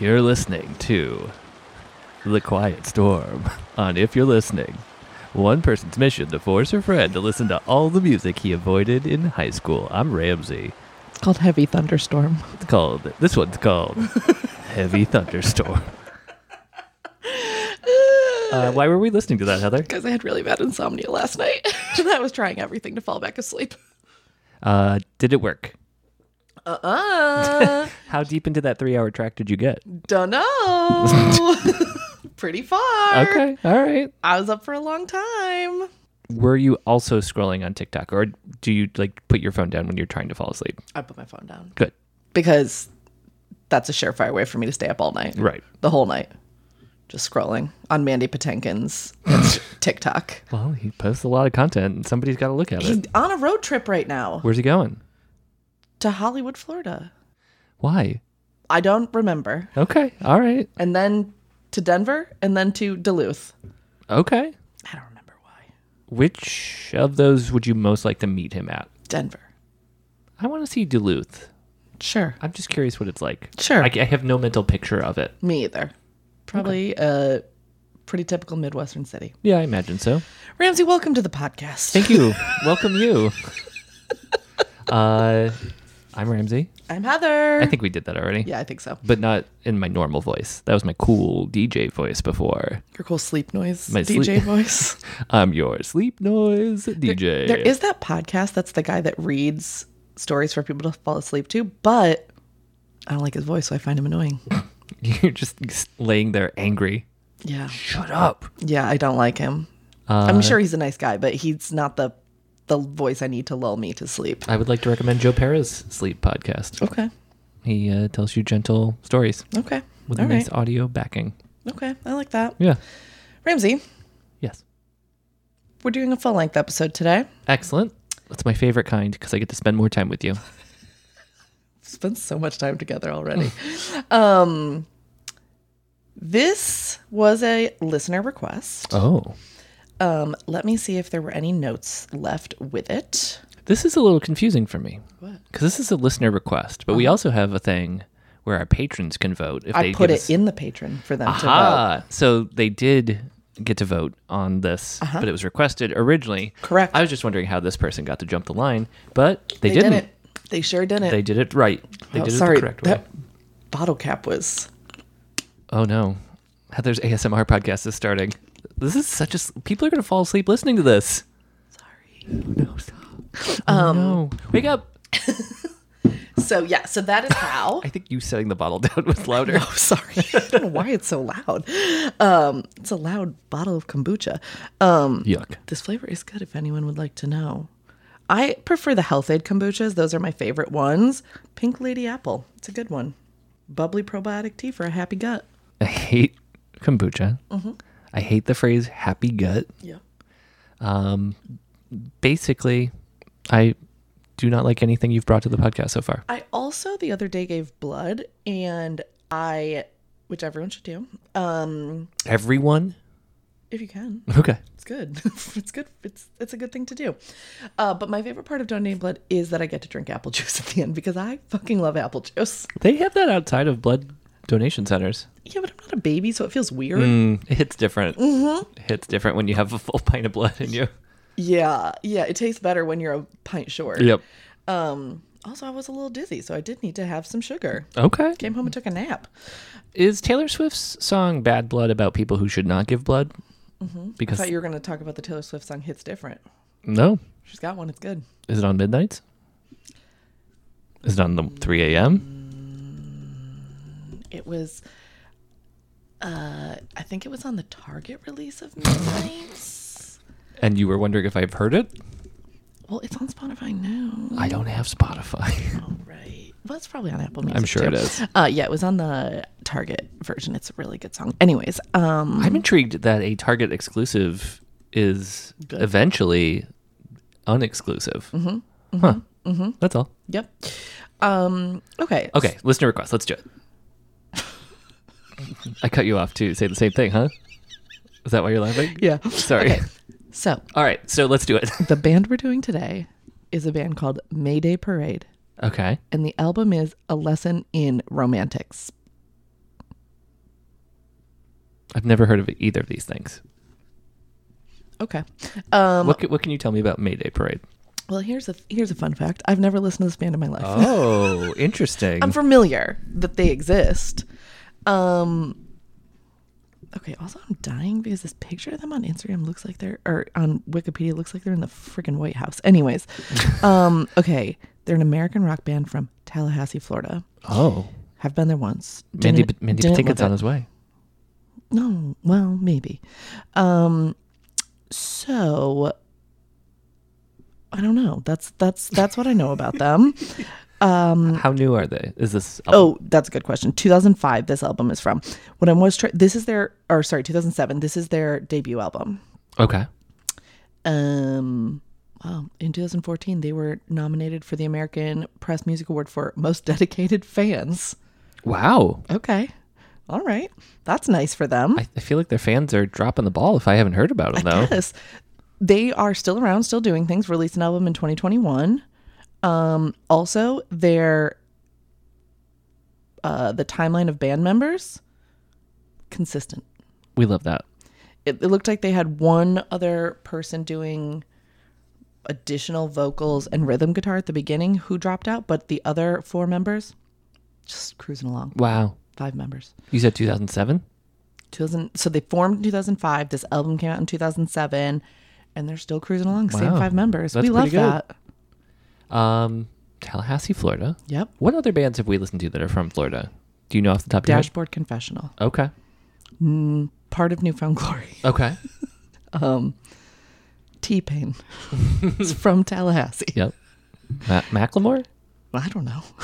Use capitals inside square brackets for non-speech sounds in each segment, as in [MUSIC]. You're listening to The Quiet Storm on If You're Listening. One person's mission to force her friend to listen to all the music he avoided in high school. I'm Ramsey. It's called Heavy Thunderstorm. It's called, this one's called Heavy Thunderstorm. Uh, why were we listening to that, Heather? Because I had really bad insomnia last night. [LAUGHS] and I was trying everything to fall back asleep. Uh, did it work? Uh uh. How deep into that three hour track did you get? Dunno. [LAUGHS] Pretty far. Okay, all right. I was up for a long time. Were you also scrolling on TikTok or do you like put your phone down when you're trying to fall asleep? I put my phone down Good. because that's a surefire way for me to stay up all night. Right. The whole night. Just scrolling on Mandy Patinkin's [LAUGHS] Inst- TikTok. Well, he posts a lot of content and somebody's got to look at it. He's on a road trip right now Where's he going? to Hollywood, Florida. Why? I don't remember. Okay. All right. And then to Denver and then to Duluth. Okay. I don't remember why. Which of those would you most like to meet him at? Denver. I want to see Duluth. Sure. I'm just curious what it's like. Sure. I, I have no mental picture of it. Me either. Probably a pretty typical Midwestern city. Yeah, I imagine so. Ramsey, welcome to the podcast. Thank [LAUGHS] you. Welcome you. Uh, I'm Ramsey. I'm Heather. I think we did that already. yeah, I think so. But not in my normal voice. That was my cool DJ voice before. Your cool sleep noise, My DJ sleep- [LAUGHS] voice. I'm your sleep noise DJ. There is that podcast that's the guy that reads stories for people to fall asleep to, but I don't like his voice, so I find him annoying. [LAUGHS] You're just laying there angry. Yeah. Uh, Shut up. Yeah, I don't like him. I'm sure he's a nice guy, but he's not the the voice I need to lull me to sleep. I would like to recommend Joe Pera's sleep podcast. Okay. He uh, tells you gentle stories Okay. with All nice right. audio backing. Okay. I like that. Yeah. Ramsey, Yes. we're doing a full length episode today. Excellent. That's my favorite kind because I get to spend more time with you. spent so much time [LAUGHS] together already. um, this was a listener request. Oh. Um, let me see if there were any notes left with it. This is a little confusing for me. What? Uh-huh. Because this is a listener request, but we also have a thing where our patrons can vote if I they put give it us- in the patron for them to vote. Ah, so they did get to vote on this, but it was requested originally. Uh-huh. Correct. I was just wondering how this person got to jump the line, but they, They didn't. did it. They sure didn't. They did it right. They oh, did it sorry, the correct way. that bottle cap was. Oh no. Heather's ASMR podcast is starting. This is such a s- people are going to fall asleep listening to this. Sorry. No, stop. Oh, no. Wake up. So yeah, so that is how. [LAUGHS] I think you setting the bottle down was louder. Oh, [LAUGHS] sorry. I don't know why it's so loud. Um, it's a loud bottle of kombucha. Um, Yuck. This flavor is good if anyone would like to know. I prefer the Health Aid kombuchas. Those are my favorite ones. Pink Lady Apple. It's a good one. Bubbly probiotic tea for a happy gut. I hate kombucha. I hate the phrase happy gut. Um, Yeah. Basically, I do not like anything you've brought to the podcast so far. I also the other day gave blood and I which everyone should do. Um Everyone? if you can. Okay. It's good. [LAUGHS] it's good. It's it's a good thing to do. Uh, but my favorite part of donating blood is that I get to drink apple [LAUGHS] juice at the end because I fucking love apple juice. They have that outside of blood donation centers. Yeah, but I'm not a baby, so it feels weird. Mm, it hits different. It hits different when you have a full [LAUGHS] pint of blood in you. Yeah, yeah, it tastes better when you're a pint short. Yep. Um, also, I was a little dizzy, so I did need to have some sugar. Okay. Came home and took a nap. Is Taylor Swift's song Bad Blood about people who should not give blood? I Because thought you were going to talk about the Taylor Swift song "Hits Different." no. She's got one; it's good. Is it on midnights? Is it on the 3 a.m.? It was, uh, I think it was on the Target release of Midnight's. And you were wondering if I've heard it? well, it's on Spotify now. I don't have Spotify. [LAUGHS] All right. Well, it's probably on Apple Music. sure too. it is. Uh, yeah, it was on the Target version. It's a really good song. Anyways, um, I'm intrigued that a Target exclusive is eventually unexclusive. Mm-hmm. Huh. Mm-hmm. That's all. yep. Um, okay. Okay, listener request. Let's do it. I cut you off to say the same thing, huh? Is that why you're laughing? Yeah. Sorry. Okay. So All right, so let's do it. The band we're doing today is a band called Mayday Parade, okay. and the album is A Lesson in Romantics. I've never heard of either of these things. Okay. Um, What, ca- what can you tell me about Mayday Parade? well, here's a here's a fun fact. I've never listened to this band in my life. Oh, [LAUGHS] interesting. I'm familiar that they exist. Um Okay, also I'm dying because this picture of them on Instagram looks like they're or on Wikipedia looks like they're in the freaking White House. [LAUGHS] Anyways, um okay, they're an American rock band from Tallahassee, Florida. oh, Have been there once. Mandy, Didn't- Mandy didn't Patinkin's love on it. his way. No, well, maybe. Um so I don't know. That's that's that's what I know about them. How new are they? Is this? Oh, that's a good question. 2005, this album is from. When I was, try this is their, or sorry, 2007. This is their debut album. okay. Um, wow. In 2014, they were nominated for the American Press Music Award for Most Dedicated Fans. Wow. Okay. All right. That's nice for them. I, I feel like their fans are dropping the ball. If I haven't heard about them, though. Yes. They are still around, still doing things, released an album in 2021. Um, also, their uh, the timeline of band members consistent. We love that. it, it looked like they had one other person doing additional vocals and rhythm guitar at the beginning who dropped out, but the other four members just cruising along. Wow. Five members. You said 2007. 2000, so they formed in 2005. This album came out in 2007, and they're still cruising along. Same Wow. five members. That's we love pretty good. that. Um, Tallahassee, Florida. Yep. What other bands have we listened to that are from Florida? Do you know off the top of your head? Dashboard Confessional, Okay. part of Newfound Glory. [LAUGHS] Okay. Um, [LAUGHS] T Pain is from Tallahassee. yep. Ma- Macklemore? I don't know. [LAUGHS]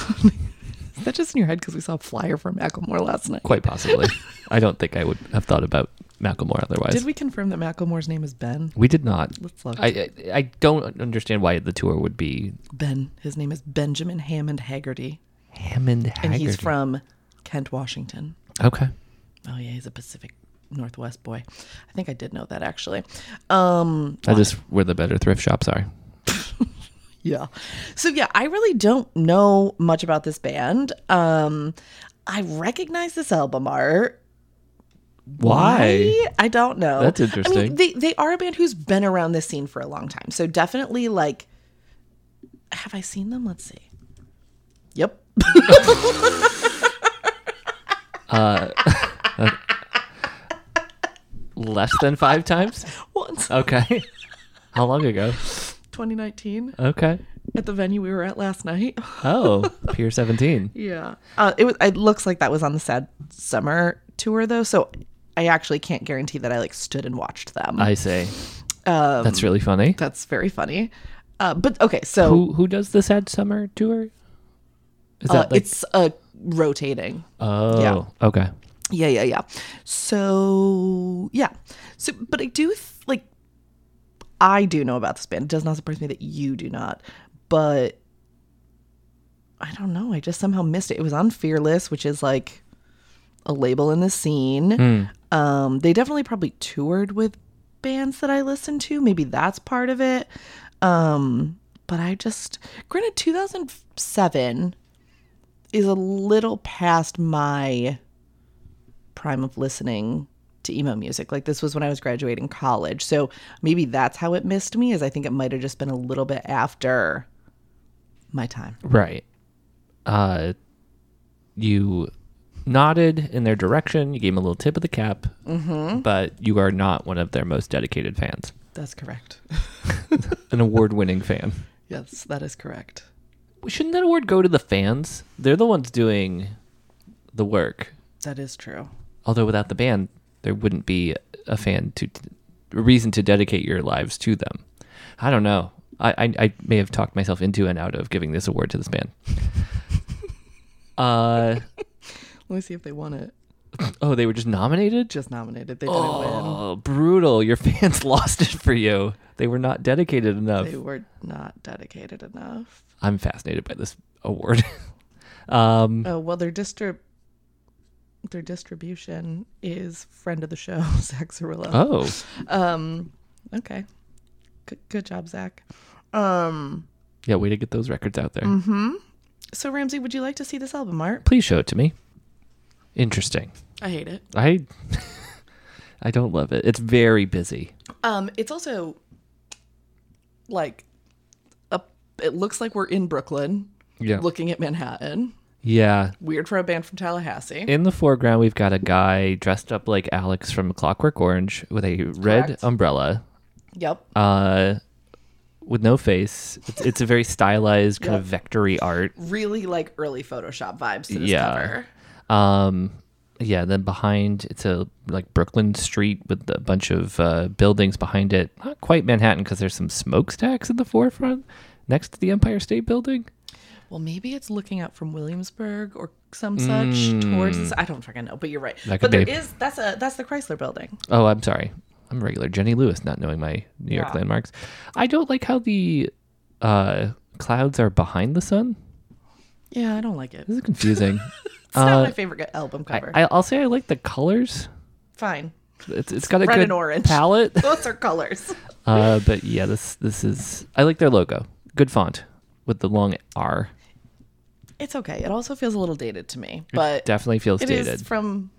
is that just in your head because we saw a flyer for Macklemore last night? Quite [LAUGHS] possibly. I don't think I would have thought about Macklemore otherwise. Did we confirm that Macklemore's name is Ben? We did not. Let's look. I, I I don't understand why the tour would be ben. His name is Benjamin Hammond Haggerty, Hammond Haggerty. and he's from Kent, Washington. Okay. Oh yeah, he's a Pacific Northwest boy. I think I did know that actually. Um, That is where the better thrift shops are. yeah. So yeah, I really don't know much about this band. Um, I recognize this album art. I don't know. That's I interesting. mean, they they are a band who's been around this scene for a long time. So definitely like have I seen them? Let's see. Yep. [LAUGHS] Less than five times? Once. [LAUGHS] Okay. How long ago? 2019 Okay. at the venue we were at last night. [LAUGHS] Oh, Pier 17. yeah. Uh, it was it looks like that was on the sad summer tour though, so I actually can't guarantee that I like stood and watched them. I say. Um, That's really funny. That's very funny. Uh, but okay, so Who who does the Sad Summer tour? Is uh, that like it's uh, rotating. oh okay Yeah, yeah, yeah. So yeah. So but I do th- like I do know about this band. It does not surprise me that you do not. But I don't know. I just somehow missed it. It was on Fearless, which is like a label in the scene. Um, they definitely probably toured with bands that I listened to. Maybe that's part of it. Um, but I just granted 2007 is a little past my prime of listening to emo music. Like this was when I was graduating college. So maybe that's how it missed me is I think it might have just been a little bit after my time. right. Uh, you nodded in their direction. You gave them a little tip of the cap, mm-hmm. but you are not one of their most dedicated fans. That's correct. [LAUGHS] An award-winning fan. Yes, that is correct. Shouldn't that award go to the fans? They're the ones doing the work. That is true. Although without the band, there wouldn't be a fan to a reason to dedicate your lives to them. I don't know. I, I, I may have talked myself into and out of giving this award to this band. uh Let me see if they won it. oh, they were just nominated. Just nominated. They didn't Oh, brutal! Your fans [LAUGHS] lost it for you. They were not dedicated enough. win. They were not dedicated enough. I'm fascinated by this award. [LAUGHS] um, Oh well their distrib their distribution is friend of the show, [LAUGHS] Zach Cirillo. oh, Um okay. Good good job, Zach. Um yeah, way to get those records out there. So Ramsey, would you like to see this album art? Please show it to me. Interesting. I hate it. I [LAUGHS] I don't love it. It's very busy. Um, it's also like a, it looks like we're in Brooklyn Yeah. looking at Manhattan. Yeah. Weird for a band from Tallahassee. In the foreground, we've got a guy dressed up like Alex from Clockwork Orange with a red Correct. umbrella, yep. uh, with no face. It's, it's a very stylized kind of vectory art. really like early Photoshop vibes to this Yeah. cover. Um, yeah, then behind it's a like Brooklyn street with a bunch of uh, buildings behind it. Not quite Manhattan because there's some smokestacks in the forefront next to the Empire State Building. Well, maybe it's looking out from Williamsburg or some such towards. This, I don't fucking know, but you're right. Mm. That but could there be. is that's a that's the Chrysler Building. Oh, I'm sorry. I'm regular Jenny Lewis, not knowing my New York Yeah. landmarks. I don't like how the uh, clouds are behind the sun. Yeah, I don't like it. It's This is [LAUGHS] confusing. not my favorite album cover. Uh, I, I'll say I like the colors. Fine, It's, it's got a Red good and orange. [LAUGHS] palette. those [LAUGHS] are colors. Uh, but yeah, this this is. I like their logo. Good font with the long R. It's okay. It also feels a little dated to me, but Definitely feels it is dated. from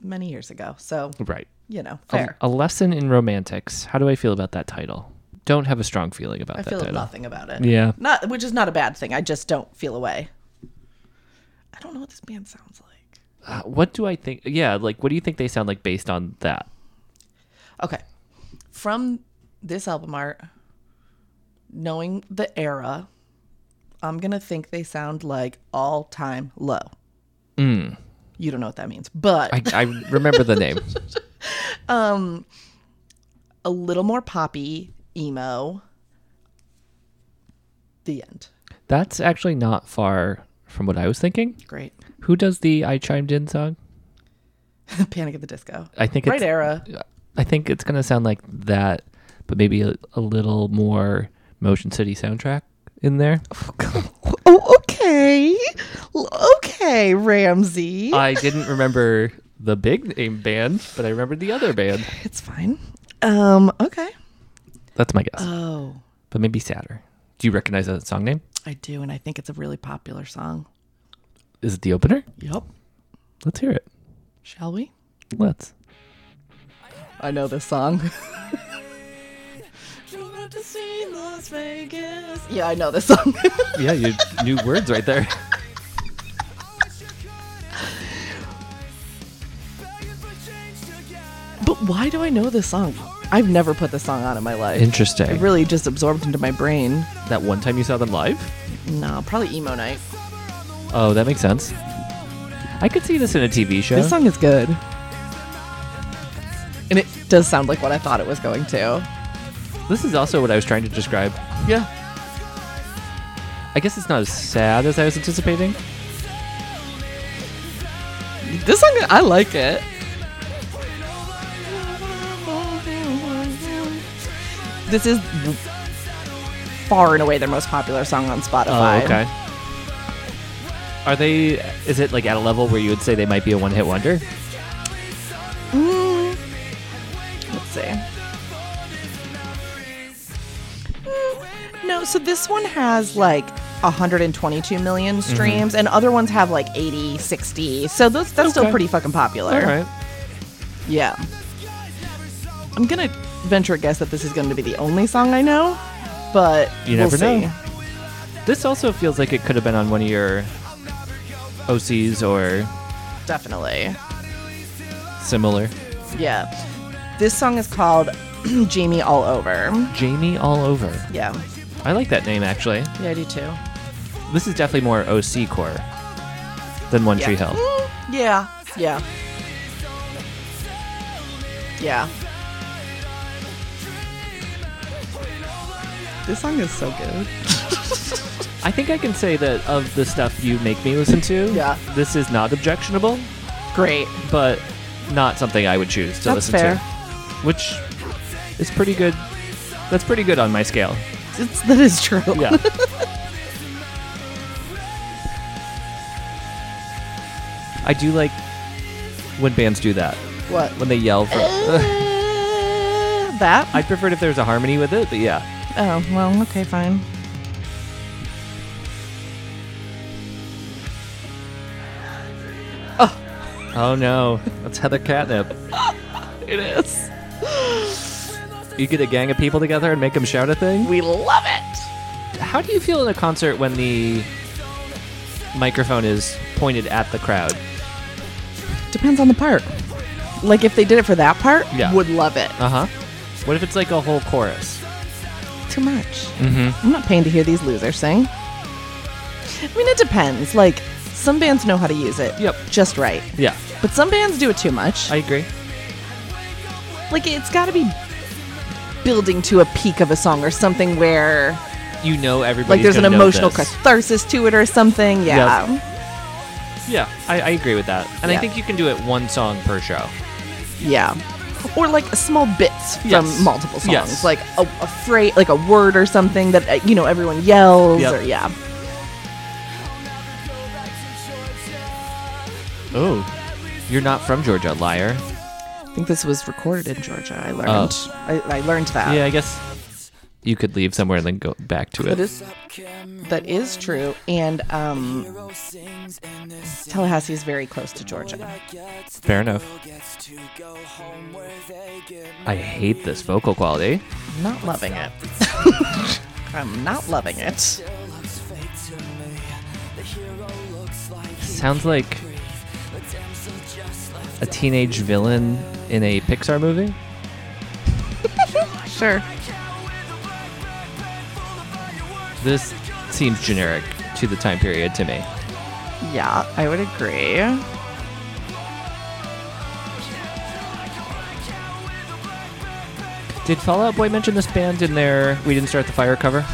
many years ago. So Right. you know, A- fair. A, lesson in romantics. How do I feel about that title? Don't have a strong feeling about I that feel title. nothing about it. Yeah. not which is not a bad thing. I just don't feel away. I don't know what this band sounds like. Uh, What do I think? Yeah, like what do you think they sound like based on that? Okay. From this album art, knowing the era, I'm going to think they sound like all time low. You don't know what that means, but Mm. I, I remember the [LAUGHS] name. a little more poppy, emo. The end. That's actually not far from what I was thinking. Great. [LAUGHS] Who does the I chimed in song? Panic at the Disco. I think Right it's era. I think it's gonna sound like that, but maybe a, a little more Motion City soundtrack in there. [LAUGHS] Oh, okay. L- Okay, [LAUGHS] Ramsey. I didn't remember the big name band, but I remembered the other band. it's fine. Um, okay. That's my guess. Oh, but maybe sadder. Do you recognize that song name? I do, and I think it's a really popular song. Is it the opener? Yep. Let's hear it. Shall we? Let's. I know this song. [LAUGHS] Yeah, I know this song. [LAUGHS] Yeah, you new words right there. but why do I know this song? I've never put this song on in my life. It Interesting. really just absorbed into my brain. that one time you saw them live? No, probably emo night. Oh, that makes sense. I could see this in a TV show. This song is good. And it does sound like what I thought it was going to. This is also what I was trying to describe. Yeah. I guess it's not as sad as I was anticipating. This song, I like it. This is far and away their most popular song on Spotify. Oh, okay. Are they? Is it like at a level where you would say they might be a one-hit wonder? Mm. Let's see. Mm, No, so this one has like 122 million Mm-hmm. streams, and other ones have like 80, 60. So those, that's still Okay. pretty fucking popular. All right. Yeah. I'm gonna venture a guess that this is going to be the only song I know, but You we'll never see. know. This also feels like it could have been on one of your OCs or Definitely. similar. Yeah. This song is called [CLEARS THROAT] Jamie All Over. Jamie all over. Yeah. I like that name actually. Yeah, I do too. This is definitely more OC core than One Yeah. Tree Hill. Mm, yeah. Yeah. Yeah. This song is so good. I think I can say that of the stuff you make me listen to, Yeah. this is not objectionable, Great. but not something I would choose to That's listen fair. to. Which is pretty good. That's pretty good on my scale. It's, that is true. Yeah. [LAUGHS] I do like when bands do that, What? [LAUGHS] when they yell [LAUGHS] for. Uh, that? I'd prefer it if there was a harmony with it, but yeah. oh, well, okay, fine. Oh no, that's Heather Catnip. It is. You get a gang of people together and make them shout a thing. We love it. How do you feel in a concert when the microphone is pointed at the crowd? Depends on the part. Like if they did it for that part, Yeah. would love it. Uh huh. What if it's like a whole chorus? Too much. Mm-hmm. I'm not paying to hear these losers sing. I mean, it depends. Like some bands know how to use it. Yep. Just right. Yeah, But some bands do it too much. I agree. like it's got to be building to a peak of a song or something where You know everybody. like there's an emotional catharsis to it or something. Yeah. Yeah, I, I agree with that, and I Yeah. think you can do it one song per show. Yeah. Or like small bits from Yes. multiple songs, Yes. like a, a phrase, like a word or something that uh, you know everyone yells. Yep. Or yeah, Oh, you're not from Georgia, liar. I think this was recorded in Georgia. I learned. Oh. I, I learned that. Yeah, I guess you could leave somewhere and then go back to That it. is that is true. And um, Tallahassee is very close to Georgia. Fair enough. I hate this vocal quality. I'm not loving it. [LAUGHS] I'm not loving it. Sounds like a teenage villain in a Pixar movie. Sure. This seems generic to the time period to me. Yeah, I would agree. Did Fallout Boy mention this band in their We Didn't Start the Fire cover?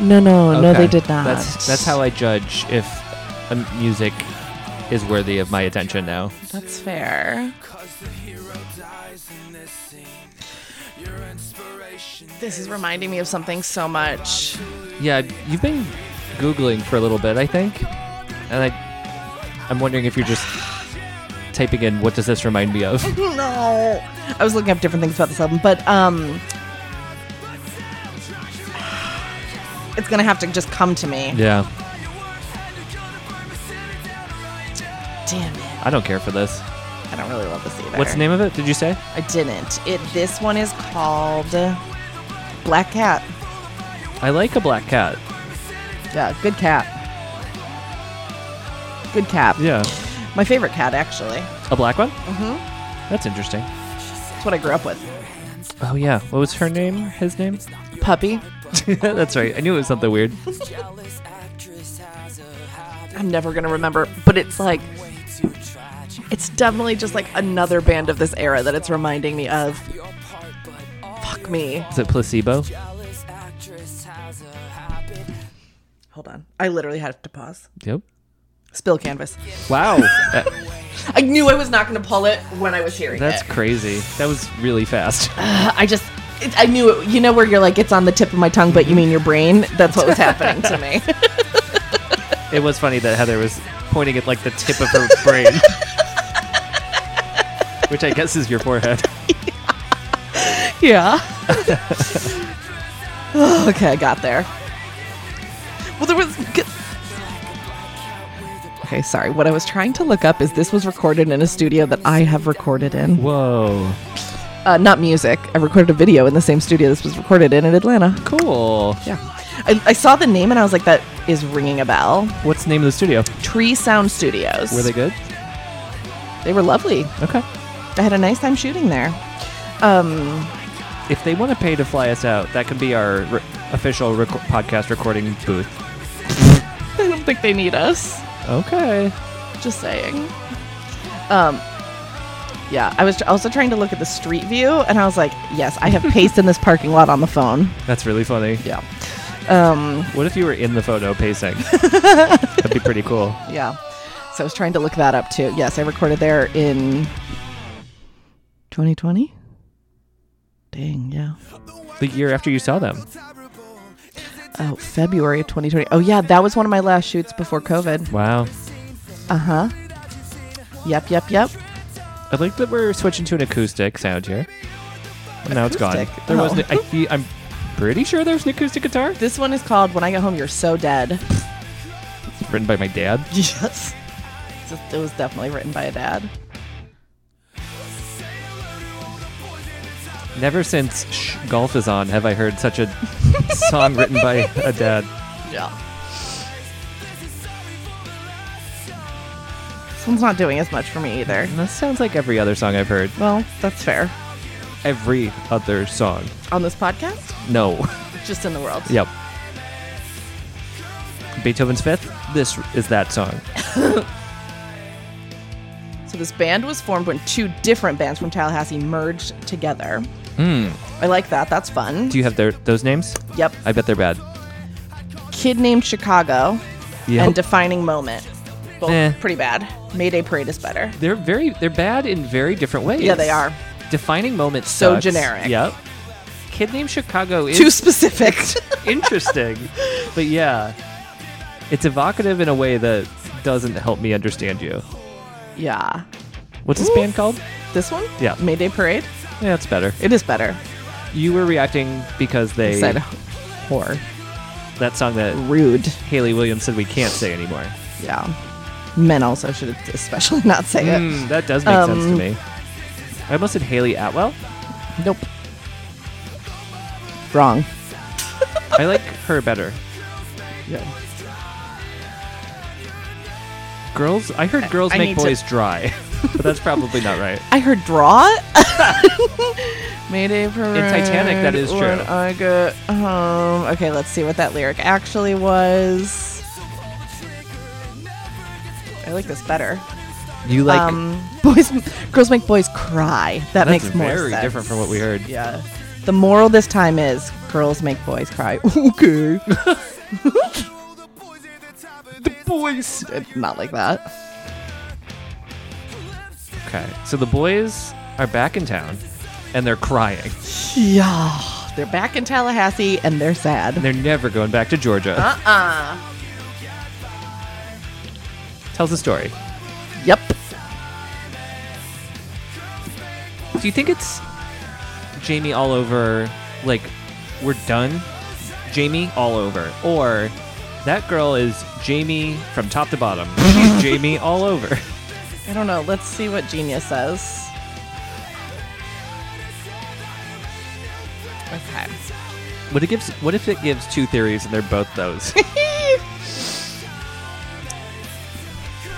No, no, no, Okay. they did not. That's, that's how I judge if a music is worthy of my attention now. That's fair. This is reminding me of something so much. Yeah, you've been Googling for a little bit, I think. And I, I'm wondering if you're just typing in what does this remind me of? [LAUGHS] No. I was looking up different things about this album, but um It's gonna have to just come to me. Yeah, Damn it. I don't care for this. I don't really love this either. What's the name of it? Did you say? I didn't. It this one is called Black Cat. I like a black cat. Yeah, good cat. Good cat. Yeah, My favorite cat actually. a black one. Mm-hmm. That's interesting. That's what I grew up with. Oh yeah, what was her name? His name? [LAUGHS] Puppy. That's right. I knew it was something weird. I'm never gonna remember, but it's like it's definitely just like another band of this era that it's reminding me of. Fuck me. Is it placebo? Hold on. I literally had to pause. Yep. Spill canvas. Wow, [LAUGHS] That- I knew I was not gonna pull it when I was hearing that's it. crazy. That was really fast. I just it, I knew it. You know where you're like it's on the tip of my tongue, but you mean your brain? That's what was happening to me. It was funny that Heather was pointing at like the tip of her [LAUGHS] brain, which I guess is your forehead. [LAUGHS] Yeah. Oh, okay, I got there. Well, there was. g- Okay, sorry. What I was trying to look up is this was recorded in a studio that I have recorded in. Whoa, Uh, not music. I recorded a video in the same studio this was recorded in in Atlanta. cool. Yeah. I, I saw the name and I was like, that is ringing a bell. What's the name of the studio? Tree Sound Studios. Were they good? They were lovely. Okay. I had a nice time shooting there. If they want to pay to fly us out, that could be our re- official rec- podcast recording booth. [LAUGHS] I don't think they need us. Okay. Just saying. Um, yeah, I was tr- also trying to look at the street view, and I was like, yes, I have paced in this parking lot on the phone. That's really funny. Yeah. Um, What if you were in the photo [LAUGHS] pacing? That'd be pretty cool. yeah. So I was trying to look that up too. Yes, I recorded there in 2020. Dang, yeah. The year after you saw them. Oh, February of 2020. Oh, yeah, that was one of my last shoots before COVID. Wow. Uh huh. Yep, yep, yep. I like that we're switching to an acoustic sound here. And now it's gone. Acoustic? There was. Oh. An, I, fe- I'm pretty sure there's an acoustic guitar. This one is called When I Get Home, You're So Dead. It's written by my dad. Yes. It's just- It was definitely written by a dad. Never since Shh, Golf is on have I heard such a [LAUGHS] song written by a dad. Yeah. This one's not doing as much for me either. And that sounds like every other song I've heard. Well, that's fair. Every other song. On this podcast, No. [LAUGHS] just in the world. yep. Beethoven's Fifth. This is that song. So this band was formed when two different bands from Tallahassee merged together. I like that. That's fun. Hmm. Do you have their those names? yep. I bet they're bad. Kid named Chicago Yep. and Defining Moment. Both Eh. pretty bad. Mayday Parade is better. they're very they're bad in very different ways. Yeah, they are. Defining moments. So sucks. generic. Yep. Kid named Chicago is [LAUGHS] Too specific. [LAUGHS] interesting, but yeah, it's evocative in a way that doesn't help me understand you. yeah. What's this band called? This one? Yeah. Mayday Parade? Yeah, it's better. It is better. You were reacting because I they said whore. that song that Rude. Haley Williams said we can't say anymore. Yeah. Men also should especially not say Mm, that does make sense to Um, me. I almost said Haley Atwell. it. Nope. Wrong. I like her better. Yeah. Girls, I heard girls I make need to- boys dry, [LAUGHS] but that's probably not right. I heard [LAUGHS] draw. Mayday parade. Titanic, that is true. when I get home. Okay, let's see what that lyric actually was. I like this better. You like um, [LAUGHS] boys, girls make boys cry. That That's makes more very sense. different from what we heard. Yeah. The moral this time is girls make boys cry. [LAUGHS] okay. the boys. Not like that. Okay, so the boys are back in town, and they're crying. Yeah. They're back in Tallahassee and they're sad. And they're never going back to Georgia. Uh-uh. Tells the story. Yep. Do you think it's Jamie all over? Like we're done, Jamie all over, or that girl is Jamie from top to bottom? [LAUGHS] She's Jamie all over. I don't know. Let's see what Genius says. Okay. What it gives? What if it gives two theories and they're both those?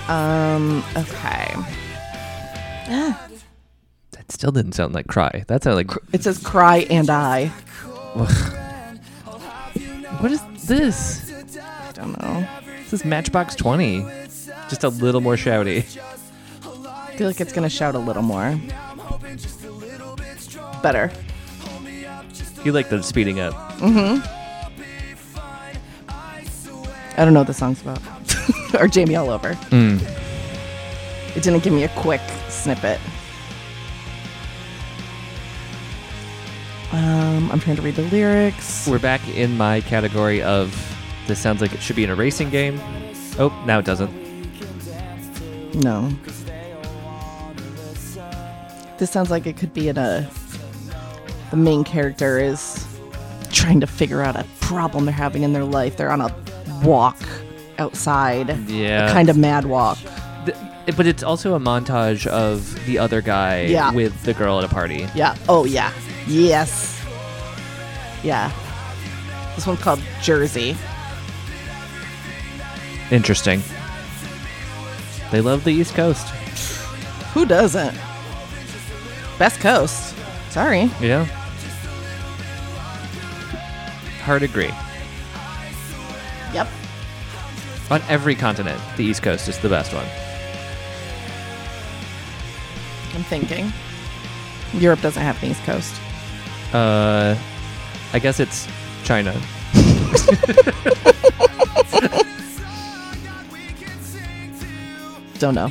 um. Okay. Ah, that still didn't sound like cry. That sounded like It says "cry" and "I." What is this? I don't know. This is Matchbox 20. Just a little more shouty. I feel like it's gonna shout a little more. Better. You like the speeding up. I don't know what the song's about. [LAUGHS] or Jamie all over. It didn't give me a quick snippet. Um, I'm trying to read the lyrics. We're back in my category of this sounds like it should be in a racing game. Oh, now it doesn't. No. This sounds like it could be in a. The main character is trying to figure out a problem they're having in their life. They're on a walk outside. Yeah. A kind of mad walk. Th- But it's also a montage of the other guy Yeah. with the girl at a party. Yeah. Oh, yeah. Yes. Yeah. This one's called Jersey. Interesting. They love the East Coast. Who doesn't? Best Coast. Sorry. Yeah. Hard agree. Yep. On every continent, the East Coast is the best one. I'm thinking. Europe doesn't have an East Coast. Uh, I guess it's China. Don't know.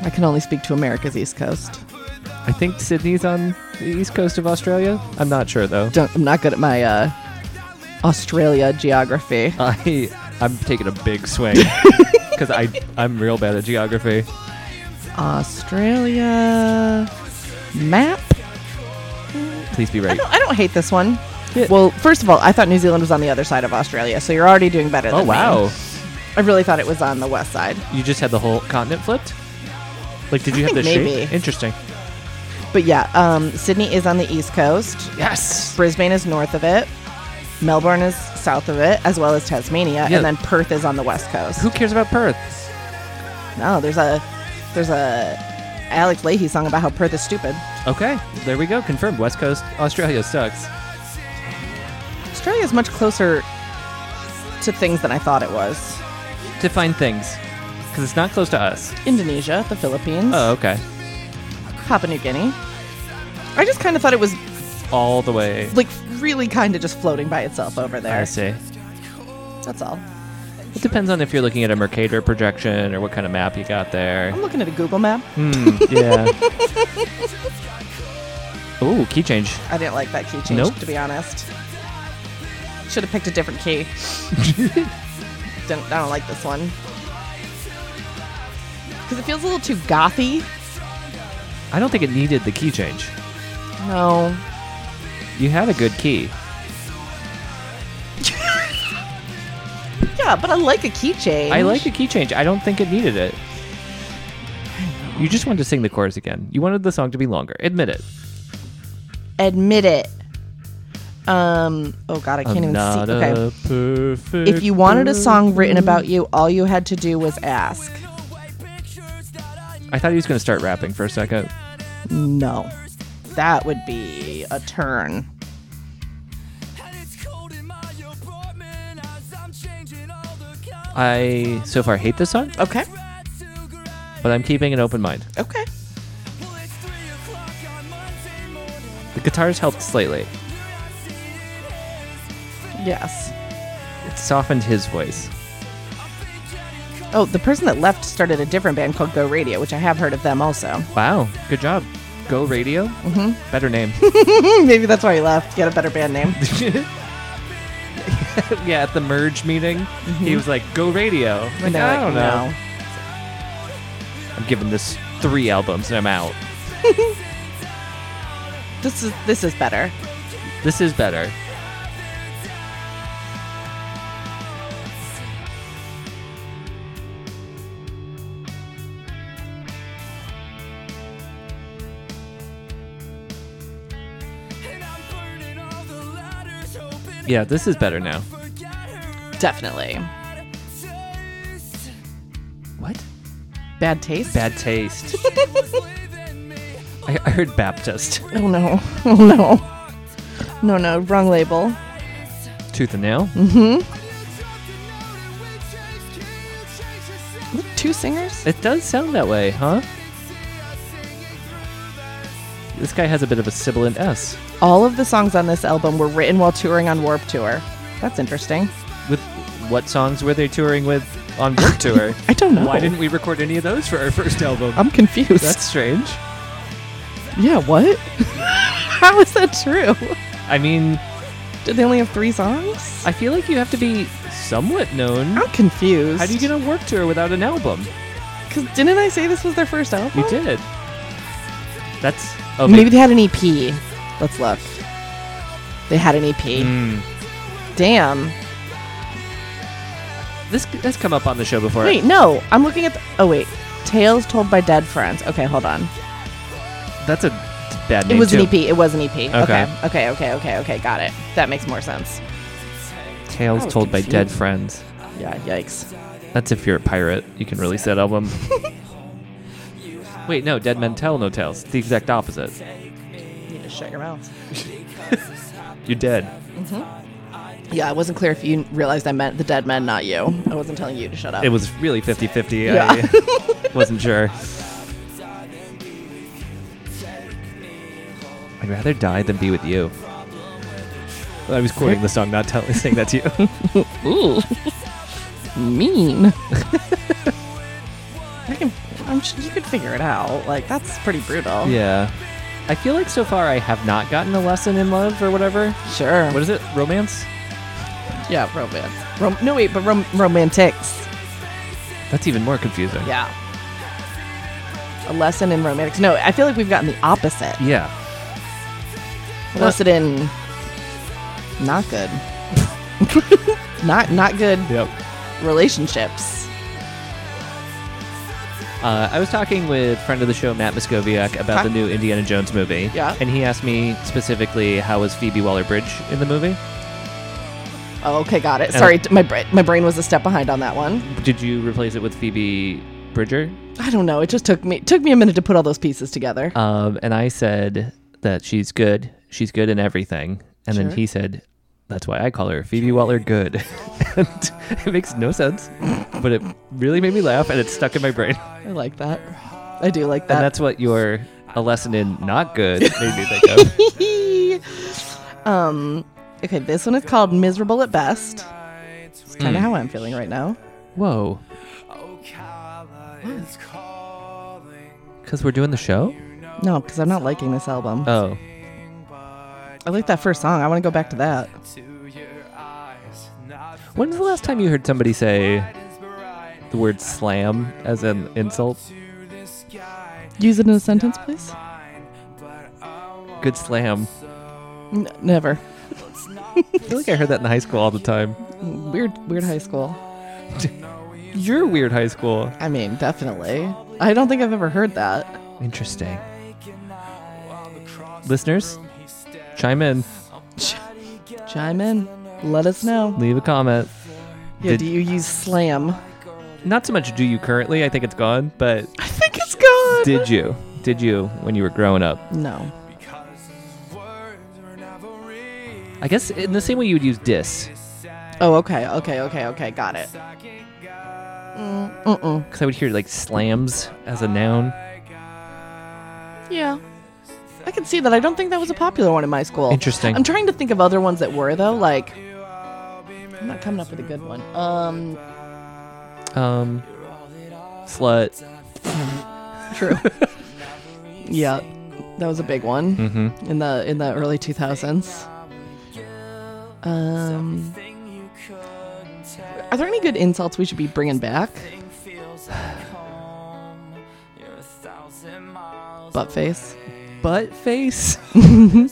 I can only speak to America's East Coast. I think Sydney's on the east coast of Australia. I'm not sure though. Don't, I'm not good at my uh, Australia geography. I I'm taking a big [LAUGHS] swing because I I'm real bad at geography. Australia map. Please be I right. don't, I don't hate this one. Yeah. Well, first of all, I thought New Zealand was on the other side of Australia, so you're already doing better. [LAUGHS] Oh than me. wow! I really thought it was on the west side. You just had the whole continent flipped. Like, did you I have the think shape? maybe. Interesting. But yeah, um, Sydney is on the East Coast. Yes. Brisbane is north of it. Melbourne is south of it, as well as Tasmania, Yeah. and then Perth is on the west coast. Who cares about Perth? No, there's a there's a Alex Leahy song about how Perth is stupid. Okay, there we go. Confirmed. West Coast Australia sucks. Australia is much closer to things than I thought it was. To find things, because it's not close to us. Indonesia, the Philippines, Oh, okay. Papua New Guinea. I just kind of thought it was All the way. like really kind of just floating by itself over I there. see. That's all. It depends on if you're looking at a Mercator projection or what kind of map you got [LAUGHS] there. I'm looking at a Google map. Hmm, yeah. Ooh, key change. I didn't like that key change, Nope. to be honest. Should have picked a [LAUGHS] different key. Don't, I don't like this one. Because it feels a little too gothy. I don't think it needed the key change. No. You had a good key. Yeah, but I like a key change. I like a key change. I don't think it needed it. You just wanted to sing the chorus again. You wanted the song to be longer. Admit it. Admit it. Um. Oh God, I can't I'm even not see. Okay. a perfect If you wanted a song written about you, all you had to do was ask. person. I thought he was going to start rapping for a second. No, that would be a turn. I so far hate this song, Okay. but I'm keeping an open mind. Okay. The guitars helped slightly. Yes. It softened his voice. Oh, the person that left started a different band called Go Radio, which I have heard of them also. Wow, good job. Go Radio? Mm-hmm. Better [LAUGHS] name. Hmm, Maybe that's why he left. Get a better band name. [LAUGHS] yeah, at the merge meeting, he was like, "Go Radio." Like, And Mm-hmm. they're I like, don't know. I'm giving this three albums and I'm out. "No." This is this is better. This is better. Yeah, this is better now. Definitely. What? Bad taste. Bad taste. I, I heard Baptist. Oh no. [LAUGHS] Oh no. No no. Wrong label. Tooth and nail. Mm. Two singers. It does sound that way, huh? This guy has a bit of a sibilant S. All of the songs on this album were written while touring on Warp Tour. That's interesting. With what songs were they touring with on Warped Tour? [LAUGHS] I don't know. Why didn't we record any of those for our first album? I'm confused. That's strange. yeah. What? [LAUGHS] How is that true? I mean, Did they only have three songs? I feel like you have to be somewhat known. I'm confused. How do you get a work tour without an album? Because didn't I say this was their first album? You did. That's oh, Maybe they had an EP. Let's look. They had an EP. Mm. Damn. this has come up on the show before. Wait, no. I'm looking at. The, oh wait, Tales Told by Dead Friends. Okay, hold on. That's a bad name it was too. an E EP. It was an EP. Okay. Okay. okay. Okay. Okay. Okay. Got it. That makes more sense. Tales I was told by dead confused. friends. Yeah. Yikes. That's if you're a pirate. You can release that [LAUGHS] album. Wait, no, Dead Men Tell No Tales. It's the exact opposite. You need to shut your mouth. You're dead. Yeah, it wasn't clear if you realized I meant the dead men, not you. I wasn't telling you to shut up. It was really 50 50. Yeah. I [LAUGHS] wasn't sure. I'd rather die than be with you. I was quoting the song, not telling, saying that to you. Ooh. [LAUGHS] mean. [LAUGHS] I can. I'm. sh- You could figure it out. Like that's pretty brutal. [LAUGHS] yeah. I feel like so far I have not gotten a lesson in love or whatever. Sure. What is it? Romance? Yeah, romance. Rom- no, wait, but rom- romantics. That's even more confusing. Yeah. A lesson in romantics. No, I feel like we've gotten the opposite. Yeah. A lesson in [LAUGHS] not good. not not good Yep. relationships. Uh, I was talking with friend of the show Matt Miskoviak about Hi. the new Indiana Jones movie. Yeah. And he asked me specifically how was Phoebe Waller-Bridge in the movie? Oh, okay, got it. Sorry, t- my brain my brain was a step behind on that one. Did you replace it with Phoebe Bridger? I don't know. It just took me took me a minute to put all those pieces together. Um, and I said that she's good. She's good in everything. And then Sure. he said, that's why I call her Phoebe Waller Good. [LAUGHS] and it makes no sense, but it really made me laugh and it stuck in my brain. I like that. I do like And that. that's what your A Lesson in Not Good made me think [LAUGHS] of. um, okay, this one is called "Miserable at Best." It's kind Hmm. of how I'm feeling right now. Whoa. Because we're doing the show? No, because I'm not liking this album. Oh. I like that first song. I want to go back to that. When's the last time you heard somebody say the word slam as an insult? Use it in a sentence, please. Good slam. N- never. I feel like I heard that in high school all the time. Weird, weird high school. You're weird high school. I mean, definitely. I don't think I've ever heard that. Interesting. Listeners, chime in, Ch- Chime in. Let us know. leave a comment. Yeah, Did- do you use slam? Not so much do you currently, I think it's gone, but I think it's gone. did you? Did you when you were growing up? No. I guess in the same way you would use dis, Oh, okay, okay, okay, okay. Got it. Mm, Mm-mm. because I would hear like slams as a noun. Yeah. I can see that. I don't think that was a popular one in my school. Interesting. I'm trying to think of other ones that were though. Like, I'm not coming up with a good one. Um, Um, slut. [LAUGHS] true. yeah, that was a big one Mm-hmm. in the in the early 2000s. Um, are there any good insults we should be bringing back? Butt face. [LAUGHS] Butt face. yeah,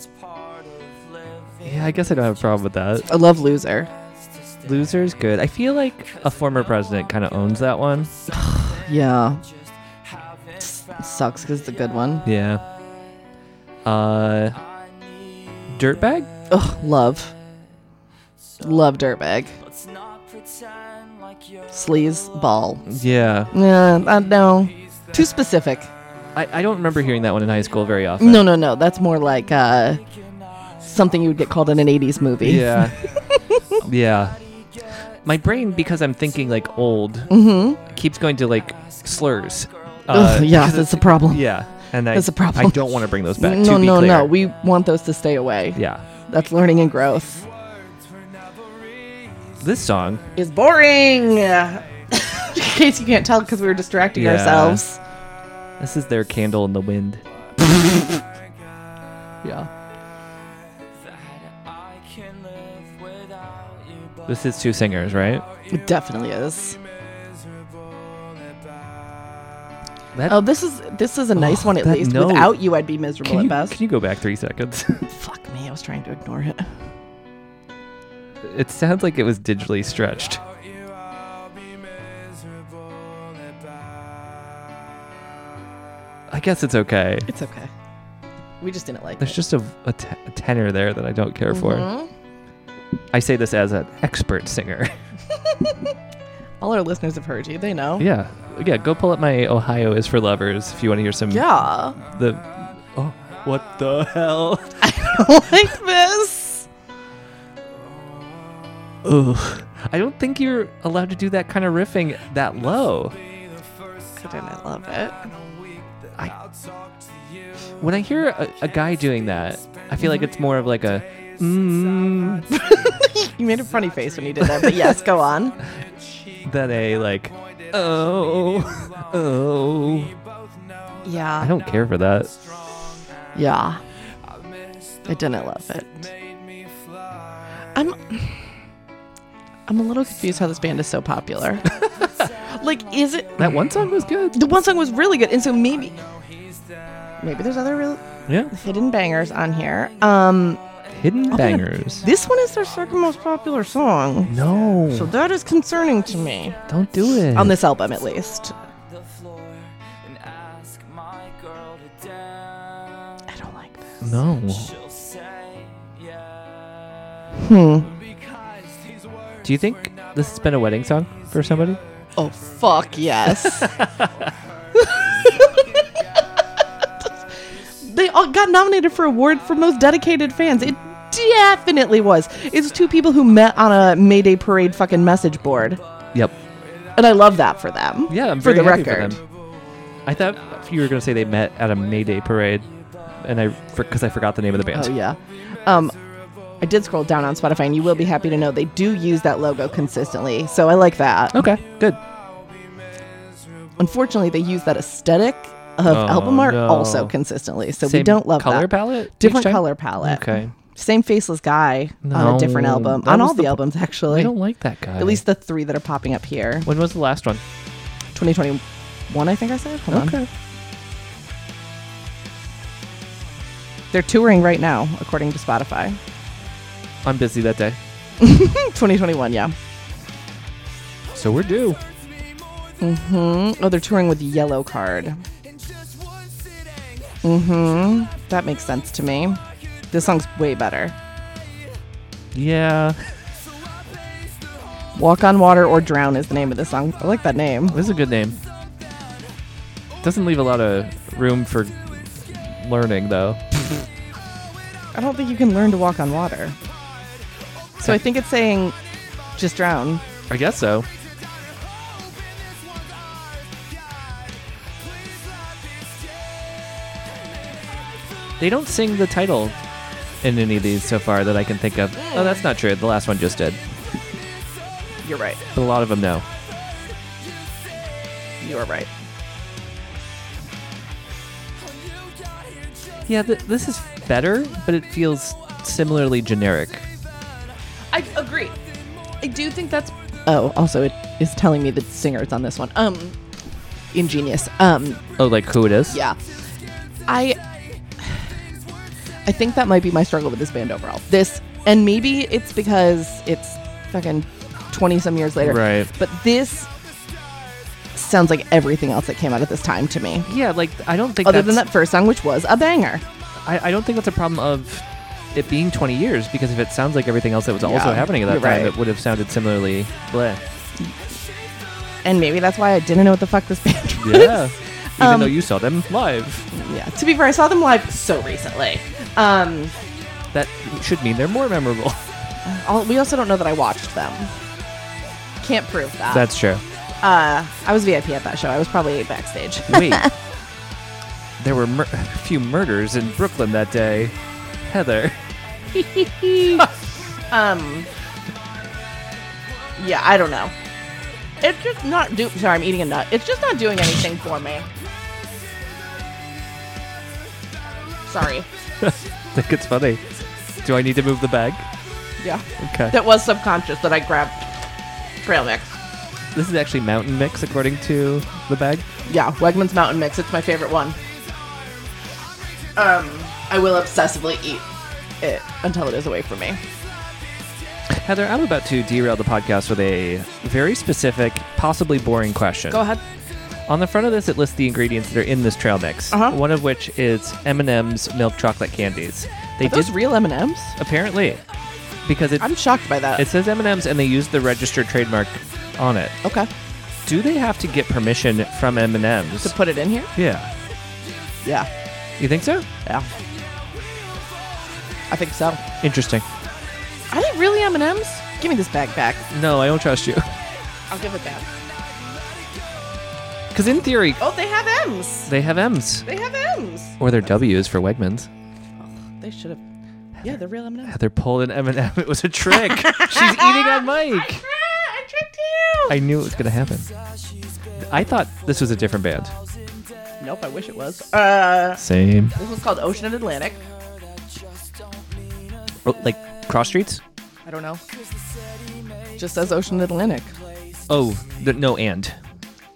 I guess I don't have a problem with that. I love loser. Loser's good. I feel like a former president kind of owns that one. Yeah. S- sucks because it's a good one. Yeah. Uh, dirtbag. Ugh, love. Love dirtbag. Sleaze ball. Yeah. Nah, uh, no. Too specific. I, I don't remember hearing that one in high school very often. No, no, no. That's more like uh, something you would get called in an 80s movie. [LAUGHS] Yeah. yeah. My brain, because I'm thinking like old, keeps going to like slurs. Mm-hmm. Ugh, yeah, Uh, because that's it- the problem. Yeah, and I, That's a problem. I don't want to bring those back. no, to be no, clear. no. We want those to stay away. yeah, That's learning and growth. this song. Is boring. [LAUGHS] in case you can't tell because we were distracting Yeah. ourselves. This is their candle in the wind. Yeah. This is two singers, right? It definitely is. That- Oh, this is this is a nice Oh, one at that least. note. Without you, I'd be miserable can at you best. can you go back three seconds? [LAUGHS] Fuck me, I was trying to ignore it. [LAUGHS] it sounds like it was digitally stretched. I guess it's okay. It's okay. We just didn't like There's it. just a, a, t- a tenor there that I don't care for. Mhm. I say this as an expert singer. Mm-hmm. [LAUGHS] All our listeners have heard you. They know. [LAUGHS] yeah, yeah. Go pull up my "Ohio is for Lovers" if you want to hear some. Yeah. [LAUGHS] The oh, what the hell? like this. Ugh. I don't think you're allowed to do that kind of riffing that low. Couldn't I love it? When I hear a, a guy doing that, I feel like it's more of like a. Mm, You made a funny face when you did that, but yes, go on. than a like. Oh, oh. I Yeah. don't care for that. Yeah. I didn't love it. I'm I'm a little confused how this band is so popular. like, is it [LAUGHS] That one song was good. the one song was really good, and so maybe maybe there's other real Yeah. hidden bangers on here. Um Hidden bangers. this one is their second most popular song. No. So that is concerning to me. Don't do it. On this album at least. No. Hmm. Do you think this has been a wedding song for somebody? Oh fuck yes. [LAUGHS] they all got nominated for award for most dedicated fans. It definitely was. It's two people who met on a May Day parade fucking message board, Yep. and I love that for them. [LAUGHS] Yeah, I'm for very the happy record. For them. I thought you were going to say they met at a May Day parade, and I because I forgot the name of the band. Oh yeah. Um, I did scroll down on Spotify, and you will be happy to know they do use that logo consistently. So I like that. Okay, good. Unfortunately, they use that aesthetic of Oh, album art no. also consistently. So we Same don't love color that. palette. each different time? color palette. Okay. Same faceless guy on No, a different album. that On was all the the, po- albums, I actually. don't like that guy. At least the three that are popping up here. When was the last one? 2021, I think I said. Hold on. Okay. They're touring right now, according to Spotify. I'm busy that day. 2021, yeah. So we're due. Mm, Oh, they're touring with Yellow Card. Mm-hmm. That makes sense to me. This song's way better. Yeah. Walk on Water or Drown is the name of the song. I like that name. This is a good name. Doesn't leave a lot of room for learning, though. I don't think you can learn to walk on water. So I think it's saying just drown. I guess so. They don't sing the title in any of these so far that I can think of. Oh, that's not true. The last one just did. You're right. But a lot of them know. You are right. Yeah, th- this is better, but it feels similarly generic. I agree. I do think that's. Oh, also, it is telling me the singers on this one. Um, ingenious. Um, Oh, like who it is? yeah. I. I think that might be my struggle with this band overall. This, and maybe it's because it's fucking 20 some years later. Right. But this sounds like everything else that came out at this time to me. Yeah, like I don't think Other that's, than that first song, which was a banger. I, I don't think that's a problem of it being 20 years because if it sounds like everything else that was also Yeah, happening at that you're time, right. it would have sounded similarly bleh. And maybe that's why I didn't know what the fuck [LAUGHS] this band was. [LAUGHS] Yeah. Even Um, though you saw them live, Yeah. To be fair, I saw them live so recently. Um, that should mean they're more memorable. [LAUGHS] all, we also don't know that I watched them. Can't prove that. That's true. uh, I was VIP at that show. I was probably backstage. Wait. [LAUGHS] there were mur- [LAUGHS] a few murders in Brooklyn that day. Heather. [LAUGHS] Um, yeah, I don't know. It's just not do. Sorry, I'm eating a nut. It's just not doing anything for me. Sorry. I think it's funny. Do I need to move the bag? Yeah, Okay. that was subconscious that I grabbed trail mix. This is actually Mountain Mix according to the bag. Yeah, Wegmans Mountain Mix. It's my favorite one. Um, I will obsessively eat it until it is away from me. Heather, I'm about to derail the podcast with a very specific, possibly boring question. Go ahead. On the front of this, it lists the ingredients that are in this trail mix. Uh-huh. One of which is M&M's milk chocolate candies. They Are those did real M and M's? apparently because it I'm shocked by that. it says M&M's and they use the registered trademark on it. okay Do they have to get permission from to M&M's? put it in here. Yeah. Yeah, You think so? yeah. I think so. Interesting. Are they really M and M's? Give me this bag back. No, I don't trust you. [LAUGHS] I'll give it back. Because in theory, Oh, they have M's. they have M's They have M's. or their W's for Wegmans. They should have. Yeah, they're real M and M's. Heather pulled an M&M. It was a trick. [LAUGHS] She's eating on Mike. I tricked you. I knew it was going to happen. I thought this was a different band. nope, I wish it was. Uh, Same. this one's called Ocean and Atlantic. Oh, like cross streets? I don't know. Just says Ocean Atlantic. Oh, th- no, and.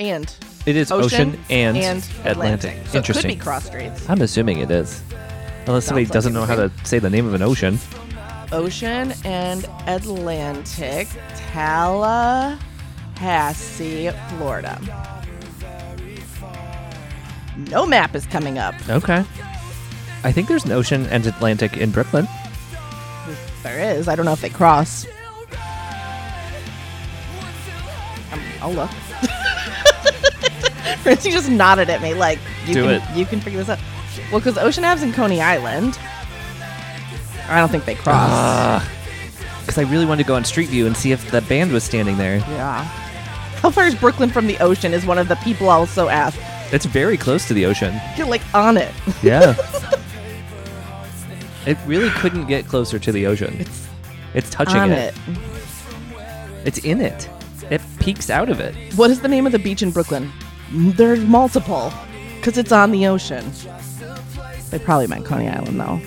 And It is Ocean, and, Atlantic. Atlantic. So it could Interesting. be cross streets. I'm assuming it is. Unless somebody Sounds like doesn't know it's how to say the name of an ocean. Ocean and Atlantic, Tallahassee, Florida. No map is coming up. Okay. I think there's an ocean and Atlantic in Brooklyn. There is. I don't know if they cross. Um, I'll [LAUGHS] look. Francie just nodded at me like, you Do can, it. You can figure this out. Well, because Ocean Ave's in Coney Island. I don't think they cross. Because I really wanted to go on Street View and see if the band was standing there. Yeah. How far is Brooklyn from the ocean? Is one of the people also asked. It's very close to the ocean. You're like on it. Yeah. [LAUGHS] it really couldn't get closer to the ocean. It's, touching on it. It's in it. It peeks out of it. it. What is the name of the beach in Brooklyn? Mm, There's multiple because it's on the ocean. They probably meant Coney Island though.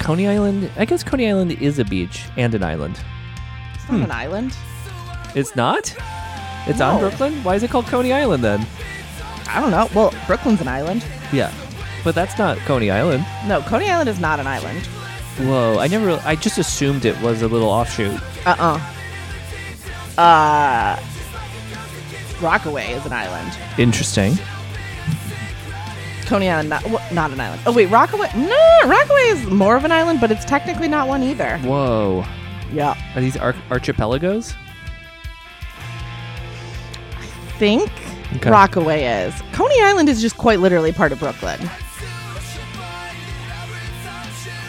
Coney Island. I guess Coney Island is a beach and an island. It's not an island. It's not. It's on No. Brooklyn. Why is it called Coney Island then? I don't know. Well, Brooklyn's an island. Yeah, but that's not Coney Island. No, Coney Island is not an island. Whoa! I never. I just assumed it was a little offshoot. Uh uh Uh. Uh-uh. Rockaway is an island. Interesting. Coney Island, not, wh- not an island. Oh wait, Rockaway. No, Rockaway is more of an island, but it's technically not one either. Whoa! Yeah. Are these arch- archipelagos? think Okay. Rockaway is. Coney Island is just quite literally part of Brooklyn.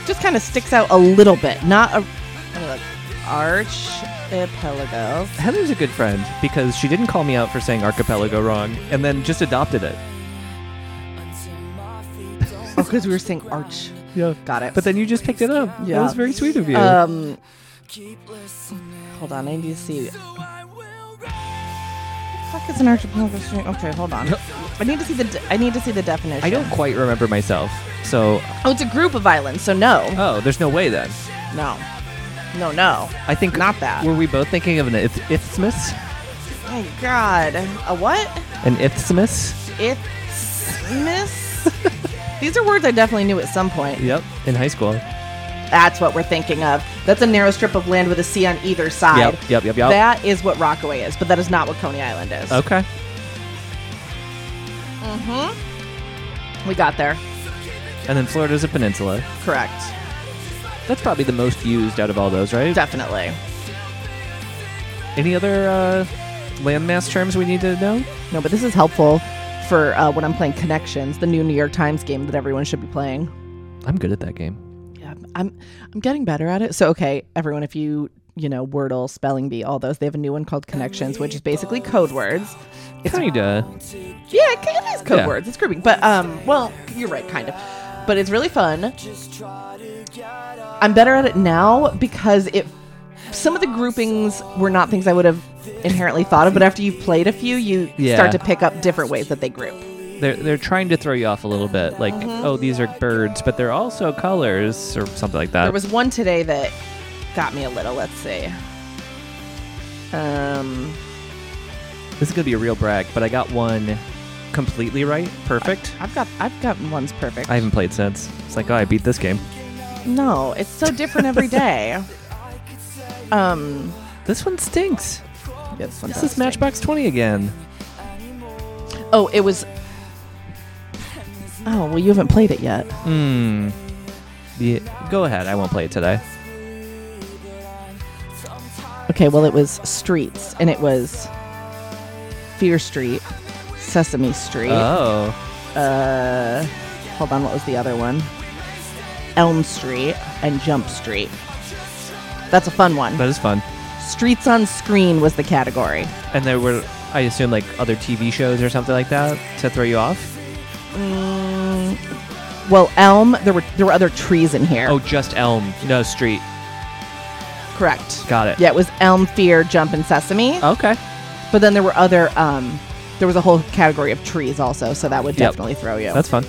Just kind of sticks out a little bit. Not a. let me look. Archipelago. Heather's a good friend because she didn't call me out for saying archipelago wrong, and then just adopted it. Oh, because we were saying arch. Yeah. Got it. But then you just picked it up. That Yeah. was very sweet of you. um, hold on, I need to see. Fuck is an archipelago string? Okay, hold on. I need to see the. De- I need to see the definition. I don't quite remember myself. So, Oh, it's a group of islands, so no, oh, there's no way then. no, no, no. I think Not that. Were we both thinking of an ith- isthmus? Oh God, a what? An isthmus? [LAUGHS] Isthmus. These are words I definitely knew at some point. Yep. In high school. That's what we're thinking of. That's a narrow strip of land with a sea on either side. Yep, yep, yep, Oh. yep. That is what Rockaway is, but that is not what Coney Island is. Okay. We got there. And then Florida's a peninsula. Correct. That's probably the most used out of all those, right? Definitely. Any other uh, landmass terms we need to know? No, but this is helpful for uh, when I'm playing Connections, the new New York Times game that everyone should be playing. I'm good at that game. Yeah, I'm- I'm I'm getting better at it. So okay, everyone, if you you know Wordle, Spelling Bee, all those, they have a new one called Connections, which is basically code words. It's kinda. Yeah, it kind of is code Yeah. words. It's grouping, but um, well, you're right, kind of. But it's really fun. I'm better at it now because it. Some of the groupings were not things I would have inherently thought of, but after you've played a few, you Yeah. start to pick up different ways that they group. They're they're trying to throw you off a little bit. Like, Uh-huh. oh, these are birds, but they're also colors or something like that. There was one today that got me a little. Let's see. Um, This is gonna be a real brag, but I got one completely right, perfect. I've got I've gotten one's perfect. I haven't played since. It's like, oh, I beat this game. no, it's so different every day. um, This one stinks. this This is Matchbox 20 again. Oh, it was. Oh well, you haven't played it yet. Hmm. Yeah, go ahead. I won't play it today. Okay, well it was Streets, and it was Fear Street, Sesame Street. Oh, uh, hold on, what was the other one? Elm Street and Jump Street. That's a fun one. that is fun. Streets on Screen was the category. And there were, I assume, like other TV shows or something like that to throw you off. Well, Elm, there were there were other trees in here. Oh, just Elm, no Street. correct. Got it. Uh, Yeah, it was Elm, Fear, Jump, and Sesame. Okay. But then there were other. Um, there was a whole category of trees also, so that would Yep. definitely throw you. That's fun.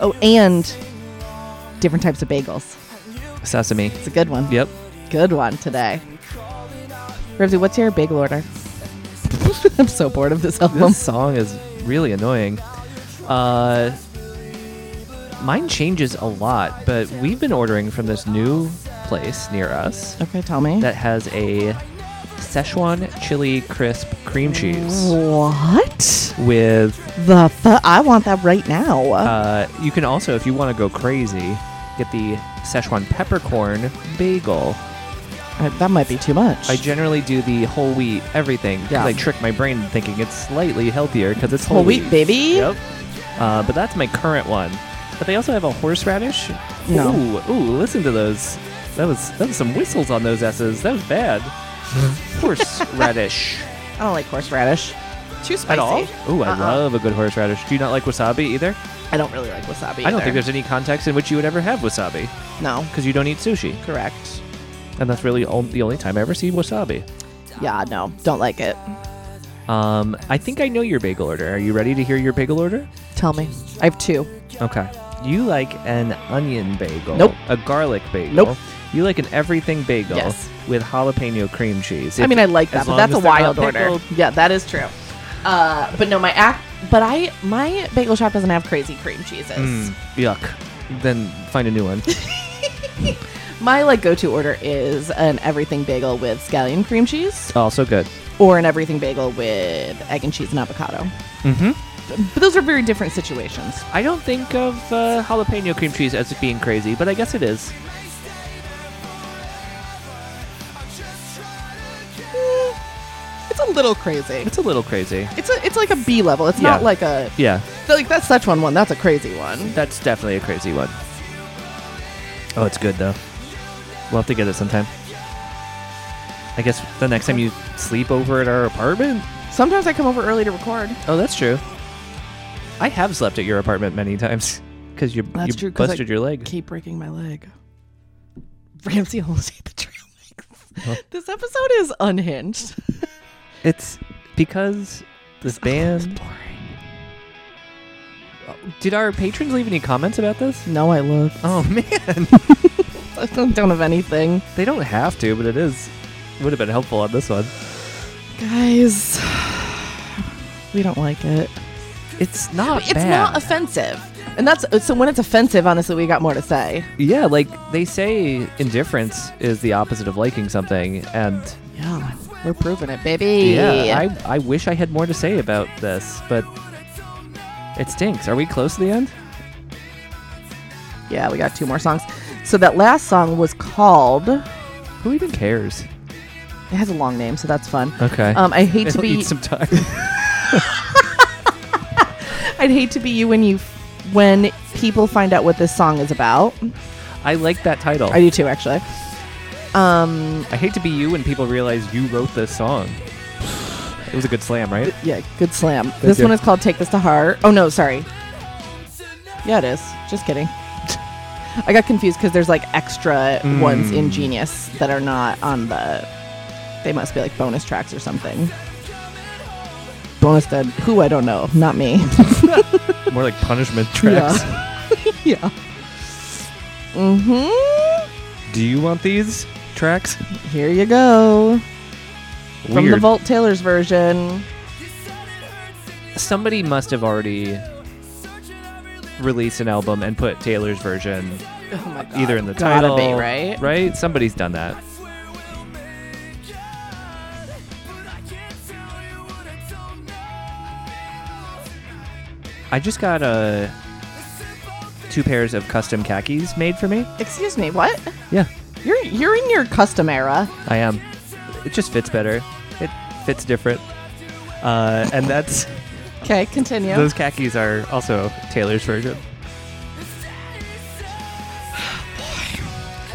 oh, and different types of bagels. Sesame. It's a good one. Yep. Good one today. Ramsey, what's your bagel order? [LAUGHS] I'm so bored of this album. This song is really annoying. Uh, mine changes a lot, but we've been ordering from this new place near us Okay, tell me. that has a Szechuan chili crisp cream cheese What? with The fu- I want that right now. Uh, you can also, if you want to go crazy, get the Szechuan peppercorn bagel. I- that might be too much. I generally do the whole wheat everything because Yeah. I trick my brain into thinking it's slightly healthier because it's whole, Whole wheat, baby. Yep. Uh, but that's my current one. But they also have a horseradish. No. Ooh, ooh, listen to those. That was that was some whistles on those s's. That was [LAUGHS] bad. horseradish I don't like horseradish. Too spicy. at all? Ooh, I Uh-uh. love a good horseradish. Do you not like wasabi either? I don't really like wasabi. I don't either. think there's any context in which you would ever have wasabi no. because you don't eat sushi. Correct. and that's really on- the only time I ever see wasabi. Yeah, no, don't like it. Um, I think I know your bagel order. Are you ready to hear your bagel order? Tell me, I have two. Okay. You like an onion bagel. Nope. A garlic bagel. Nope. You like an everything bagel Yes. with jalapeno cream cheese. I If- mean, I like as that, but long that's a as they're not wild order. pickled. Yeah, that is true. Uh, but no, my act, but I my bagel shop doesn't have crazy cream cheeses. Mm, yuck. Then find a new [LAUGHS] one. My like go to order is an everything bagel with scallion cream cheese, also Oh, good. or an everything bagel with egg and cheese and avocado. Mm-hmm. But those are very different situations. I don't think of uh, jalapeno cream cheese as being crazy, but I guess it is. Eh, It's a little crazy. It's a little crazy. It's a it's like a B level. It's not Yeah. like a Yeah. like that's such one one. That's a crazy one. That's definitely a crazy one. Oh, it's good though. We'll have to get it sometime. I guess the next time you sleep over at our apartment. Sometimes I come over early to record. Oh, that's true. I have slept at your apartment many times [LAUGHS] because you That's you true, 'cause I- busted your leg. keep breaking my leg. Ramsey almost ate the trail mix. Huh? This episode is unhinged. It's because this Oh, It's band. boring. Did our patrons leave any comments about this? No, I look. Oh [LAUGHS] man, I don't don't have anything. they don't have to, but it is would have been helpful on this one. Guys, we don't like it. It's not. It's bad. not offensive. And that's so when it's offensive, honestly, we got more to say. Yeah, like they say indifference is the opposite of liking something and Yeah, we're proving it, baby. yeah, I, I wish I had more to say about this, but it stinks. Are we close to the end? yeah, we got two more songs. So that last song was called. It Who even cares? has a long name, so that's fun. Okay. [LAUGHS] Um, I hate to It'll be. eat some time. [LAUGHS] I'd hate to be you when you when people find out what this song is about. I like that title. I I, do too, actually. Um, hate to be you when people realize you wrote this song. It was a good slam, [LAUGHS] right? yeah, good slam. this you. one is called "Take This to Heart." Oh no, sorry. Yeah, it is. Just kidding. I got confused because there's like extra ones in Genius that are not on the. They must be like bonus tracks or something. Bonus dead. Who I don't know. Not me. More like punishment tracks. [LAUGHS] yeah. [LAUGHS] Mm-hmm. Do you want these tracks? Here you go. From the Weird. Volt Taylor's version. somebody must have already released an album and put Taylor's version Oh my god. either in the Gotta title, be, right? Right? Somebody's done that. I just got uh, two pairs of custom khakis made for me. Excuse me, what? Yeah, You're you're in your custom era. I am. It just fits better. It fits different. Uh, and [LAUGHS] that's Okay, continue. those khakis are also Taylor's version. [SIGHS]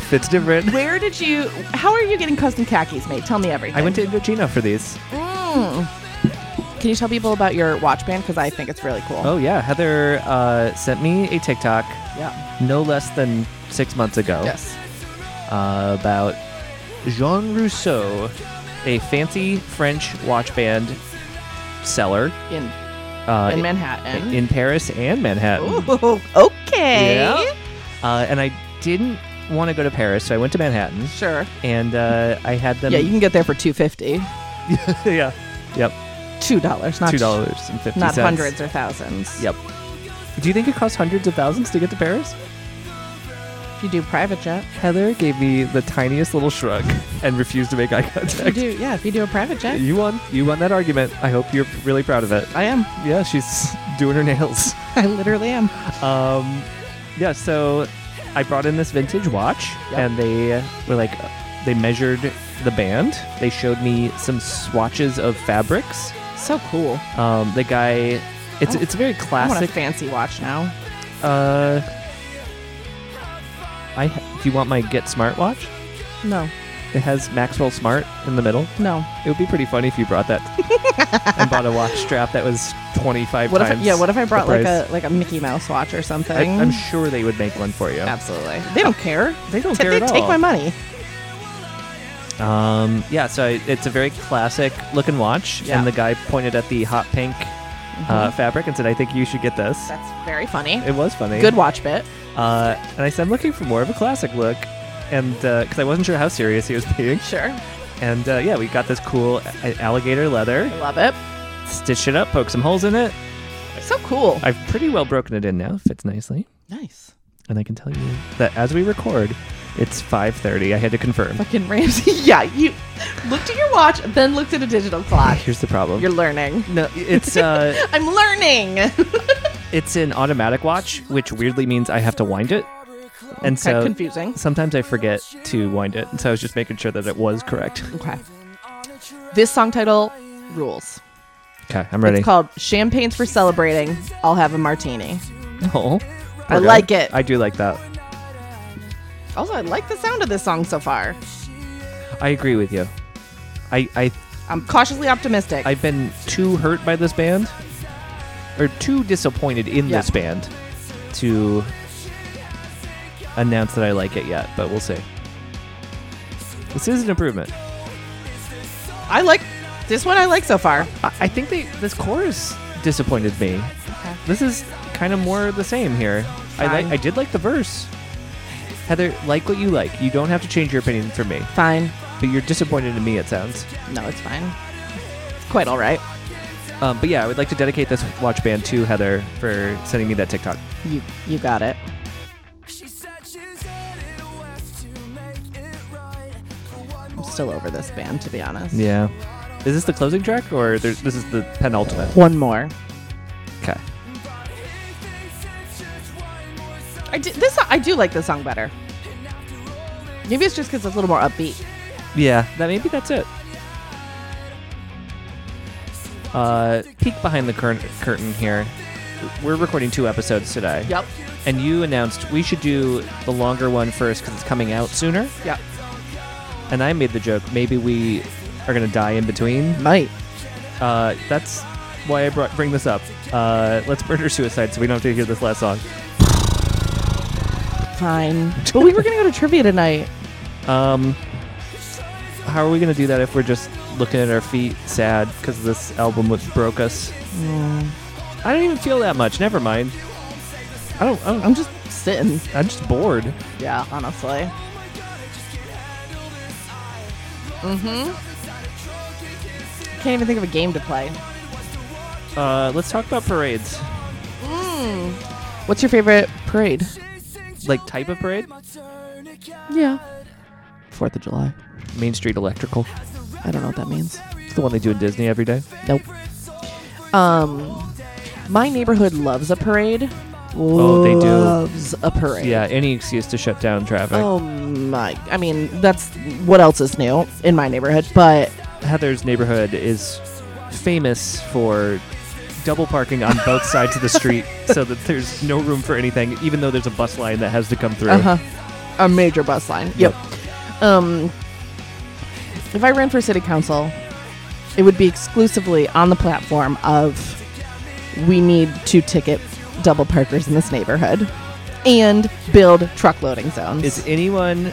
Fits different. Where did you? How are you getting custom khakis made? Tell me everything. Mm. I went to Indochino for these. Can you tell people about your watch band? Because I think it's really cool. Oh yeah, Heather uh, sent me a TikTok Yeah. no less than six months ago Yes. uh, about Jean Rousseau, a fancy French watch band seller In uh, in Manhattan. in Paris and Manhattan. Ooh, okay. Yeah. Uh, and I didn't want to go to Paris, so I went to Manhattan, Sure. and uh, I had them. Yeah, you can get there for two fifty. [LAUGHS] yeah, yep, Two dollars, not two dollars and fifty not cents. hundreds or thousands. Yep. Do you think it costs hundreds of thousands to get to Paris? You do private jet. Heather gave me the tiniest little shrug and refused to make eye You contact. do, [LAUGHS] yeah. If you do a private jet, You won. You won that argument. I hope you're really proud of it. I am. Yeah, she's doing her nails. [LAUGHS] I literally am. Um, yeah, so I brought in this vintage watch, Yep. and they were like, they measured the band. They showed me some swatches of fabrics. So cool. Um, the guy, it's Oh. it's a very I want a classic. fancy watch now. uh, I ha- do you want my Get Smart watch? No, It has Maxwell Smart in the middle. no. It would be pretty funny if you brought that and bought a watch strap that was twenty five What if? I, times. yeah. What if I the brought like price. a like a Mickey Mouse watch or something? I, I'm sure they would make one for you. Absolutely. They don't care. [LAUGHS] They don't T- care they at take all. my money. Um, yeah, so I, it's a very classic looking watch, Yeah. and the guy pointed at the hot pink uh, fabric and said, "I think you should get this." Mm-hmm. That's very funny. It was funny. Good watch bit. Uh, and I said, "I'm looking for more of a classic look," and because I wasn't sure how serious he was [LAUGHS] being, Sure. and uh, yeah, we got this cool a- alligator leather, I love it. stitched it up, poked some holes in it. So cool. I've pretty well broken it in now, fits nicely, nice. and I can tell you that as we record, it's 5:30. I had to confirm. Fucking Ramsey. [LAUGHS] yeah. You looked at your watch, then looked at a digital clock. Ah, Here's the problem. [LAUGHS] You're learning. no, it's uh. [LAUGHS] I'm learning. It's an automatic watch, which weirdly means I have to wind it. And Kind of so confusing. sometimes I forget to wind it. And so I was just making sure that it was correct. Okay. This song title rules. Okay, I'm ready. It's called Champagne's for Celebrating. I'll have a martini. [LAUGHS] oh, I like it. I do like that. Also, I like the sound of this song so far. I agree with you. I, I, I'm cautiously optimistic. I've been too hurt by this band, or too disappointed in Yeah. this band, to announce that I like it yet, but we'll see. This is an improvement. I like this one. I like so far. I, I think they, this chorus disappointed me. Okay. This is kind of more the same here. I Fine. like. I did like the verse. Heather, like what you like. You don't have to change your opinion for me, Fine. but you're disappointed in me. It sounds. No, it's fine. It's quite all right. Um, but yeah, I would like to dedicate this watch band to Heather for sending me that TikTok. You you got it. She said she's headed west to make it right. For one I'm still over this band, to be honest. Yeah. Is this the closing track or there's, this is the penultimate? One more. Okay. I do, this I do like this song better. Maybe it's just because it's a little more upbeat. Yeah, that maybe that's it. Uh, peek behind the current curtain here. We're recording two episodes today. Yep. and you announced we should do the longer one first because it's coming out sooner. Yep. And I made the joke maybe we are gonna die in between. Might. Uh, that's why I brought, bring this up. Uh, let's murder suicide so we don't have to hear this last song. Fine. but we were gonna go to trivia tonight. Um, how are we gonna do that if we're just looking at our feet sad because this album was broke us? I don't even feel that much. Never mind. I don't. I don't I'm just sitting. I'm just bored. Yeah, honestly. Mm-hmm. Can't even think of a game to play. Uh, let's talk about parades. What's your favorite parade? Like type of parade? Yeah. Fourth of July. Main Street Electrical. I don't know what that means. It's the one they do in Disney every day. Nope. Um, my neighborhood loves a parade. Oh, they do. Loves a parade. Yeah, any excuse to shut down traffic. Oh my! I mean, that's what else is new in my neighborhood. But Heather's neighborhood is famous for double parking on both sides of the street so that there's no room for anything, even though there's a bus line that has to come through. uh huh, a major bus line. Yep. Um, if I ran for city council, it would be exclusively on the platform of we need to ticket double parkers in this neighborhood and build truck loading zones. Is anyone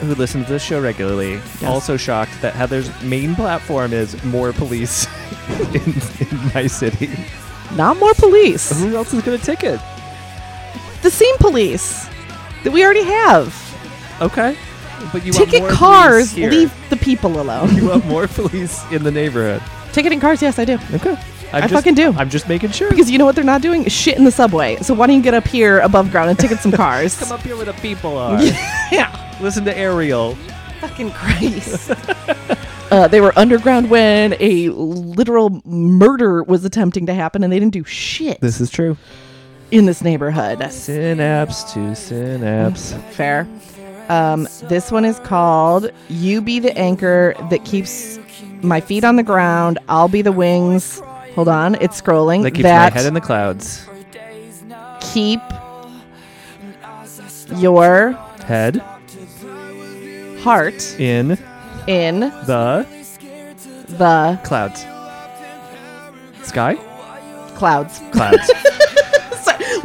who listens to this show regularly also shocked that Heather's main platform is more police [LAUGHS] in, in my city? Not more police. Who else is going to ticket? the same police that we already have. Okay. But you want Ticket more police cars here. [LAUGHS] leave the people alone. You want more police in the neighborhood. Ticketing cars, yes, I do. Okay. I'm I just- fucking do. I'm just making sure. Because you know what they're not doing? Shit in the subway. So why don't you get up here above ground [LAUGHS] and ticket some cars? Come up here where the people are. Yeah. Listen to Ariel. [LAUGHS] Fucking Christ. uh, they were underground when a literal murder was attempting to happen and they didn't do shit This is true. in this neighborhood. Synapse to synapse. Fair. Um, this one is called You Be the Anchor That Keeps My Feet on the Ground. I'll Be the Wings. Hold on. It's scrolling. That keeps That my head in the clouds. keep your Head heart in in the the clouds. Sky? clouds. Clouds.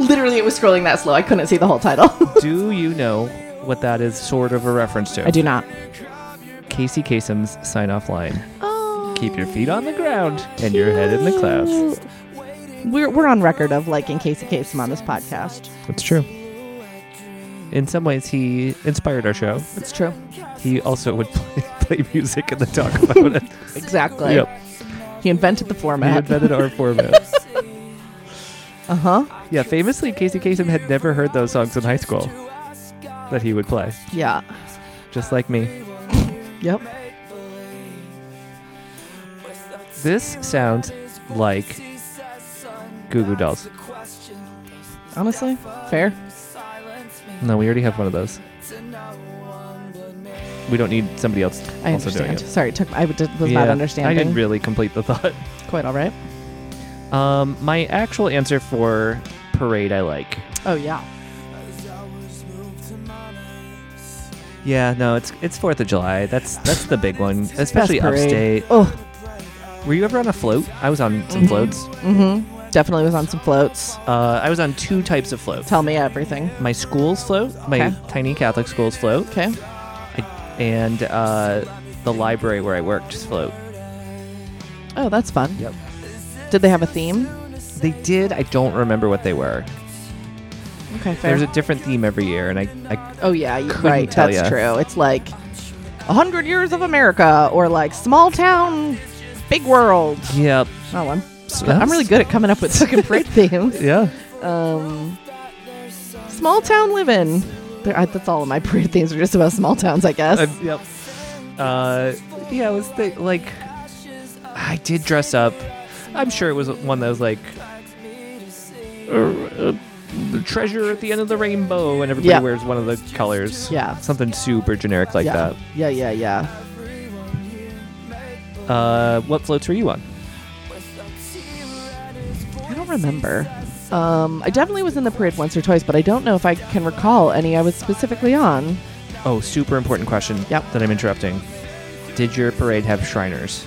[LAUGHS] Literally, it was scrolling that slow. I couldn't see the whole title. [LAUGHS] do you know what that is sort of a reference to? I do not. Casey Kasem's sign off line. Oh, Keep your feet on the ground and your head in the clouds. We're, we're on record of liking Casey Kasem on this podcast. That's true. In some ways, he inspired our show. It's true. He also would [LAUGHS] play, play music and then talk about [LAUGHS] it. Exactly. yep. He invented the He format. invented [LAUGHS] our format. uh huh. Yeah, famously, Casey Kasem had never heard those songs in high school that he would play, Yeah. just like me. Yep. This sounds like Goo Goo Dolls. Honestly, fair. No, we already have one of those. We don't need somebody else I also doing understand. it. Sorry, it took I did, was Yeah, not I understanding. didn't really complete the thought. Quite all right. Um, my actual answer for Parade, I like. Oh yeah. Yeah, no, it's it's Fourth of July. That's that's the big one, especially Best parade. upstate. Oh, Were you ever on a float? I was on some floats. mm-hmm. Definitely was on some floats. Uh, I was on two types of floats. Tell me everything. my school's float, my Okay. tiny Catholic school's float, Okay. I- and uh, the library where I worked's float. Oh, that's fun. Yep. Did they have a theme? They did. I don't remember what they were. Okay, fair. There's a different theme every year, and I, I oh yeah, you Couldn't right. tell That's ya. true. It's like a hundred years of America, or like small town, big world. yep, Oh, I'm that's- I'm really good at coming up with fucking [LAUGHS] parade themes. yeah. Um, small town living. There, I, that's all of my parade themes are just about small towns, I guess. I'm- yep. Uh, yeah, it was the, like I did dress up. I'm sure it was one that was like uh, uh, treasure at the end of the rainbow, and everybody Yeah. wears one of the colors. Yeah. something super generic like yeah. that. yeah, yeah, yeah. Uh, what floats were you on? I don't remember. Um, I definitely was in the parade once or twice, but I don't know if I can recall any I was specifically on. Oh, super important question. Yep. That I'm interrupting. Did your parade have Shriners?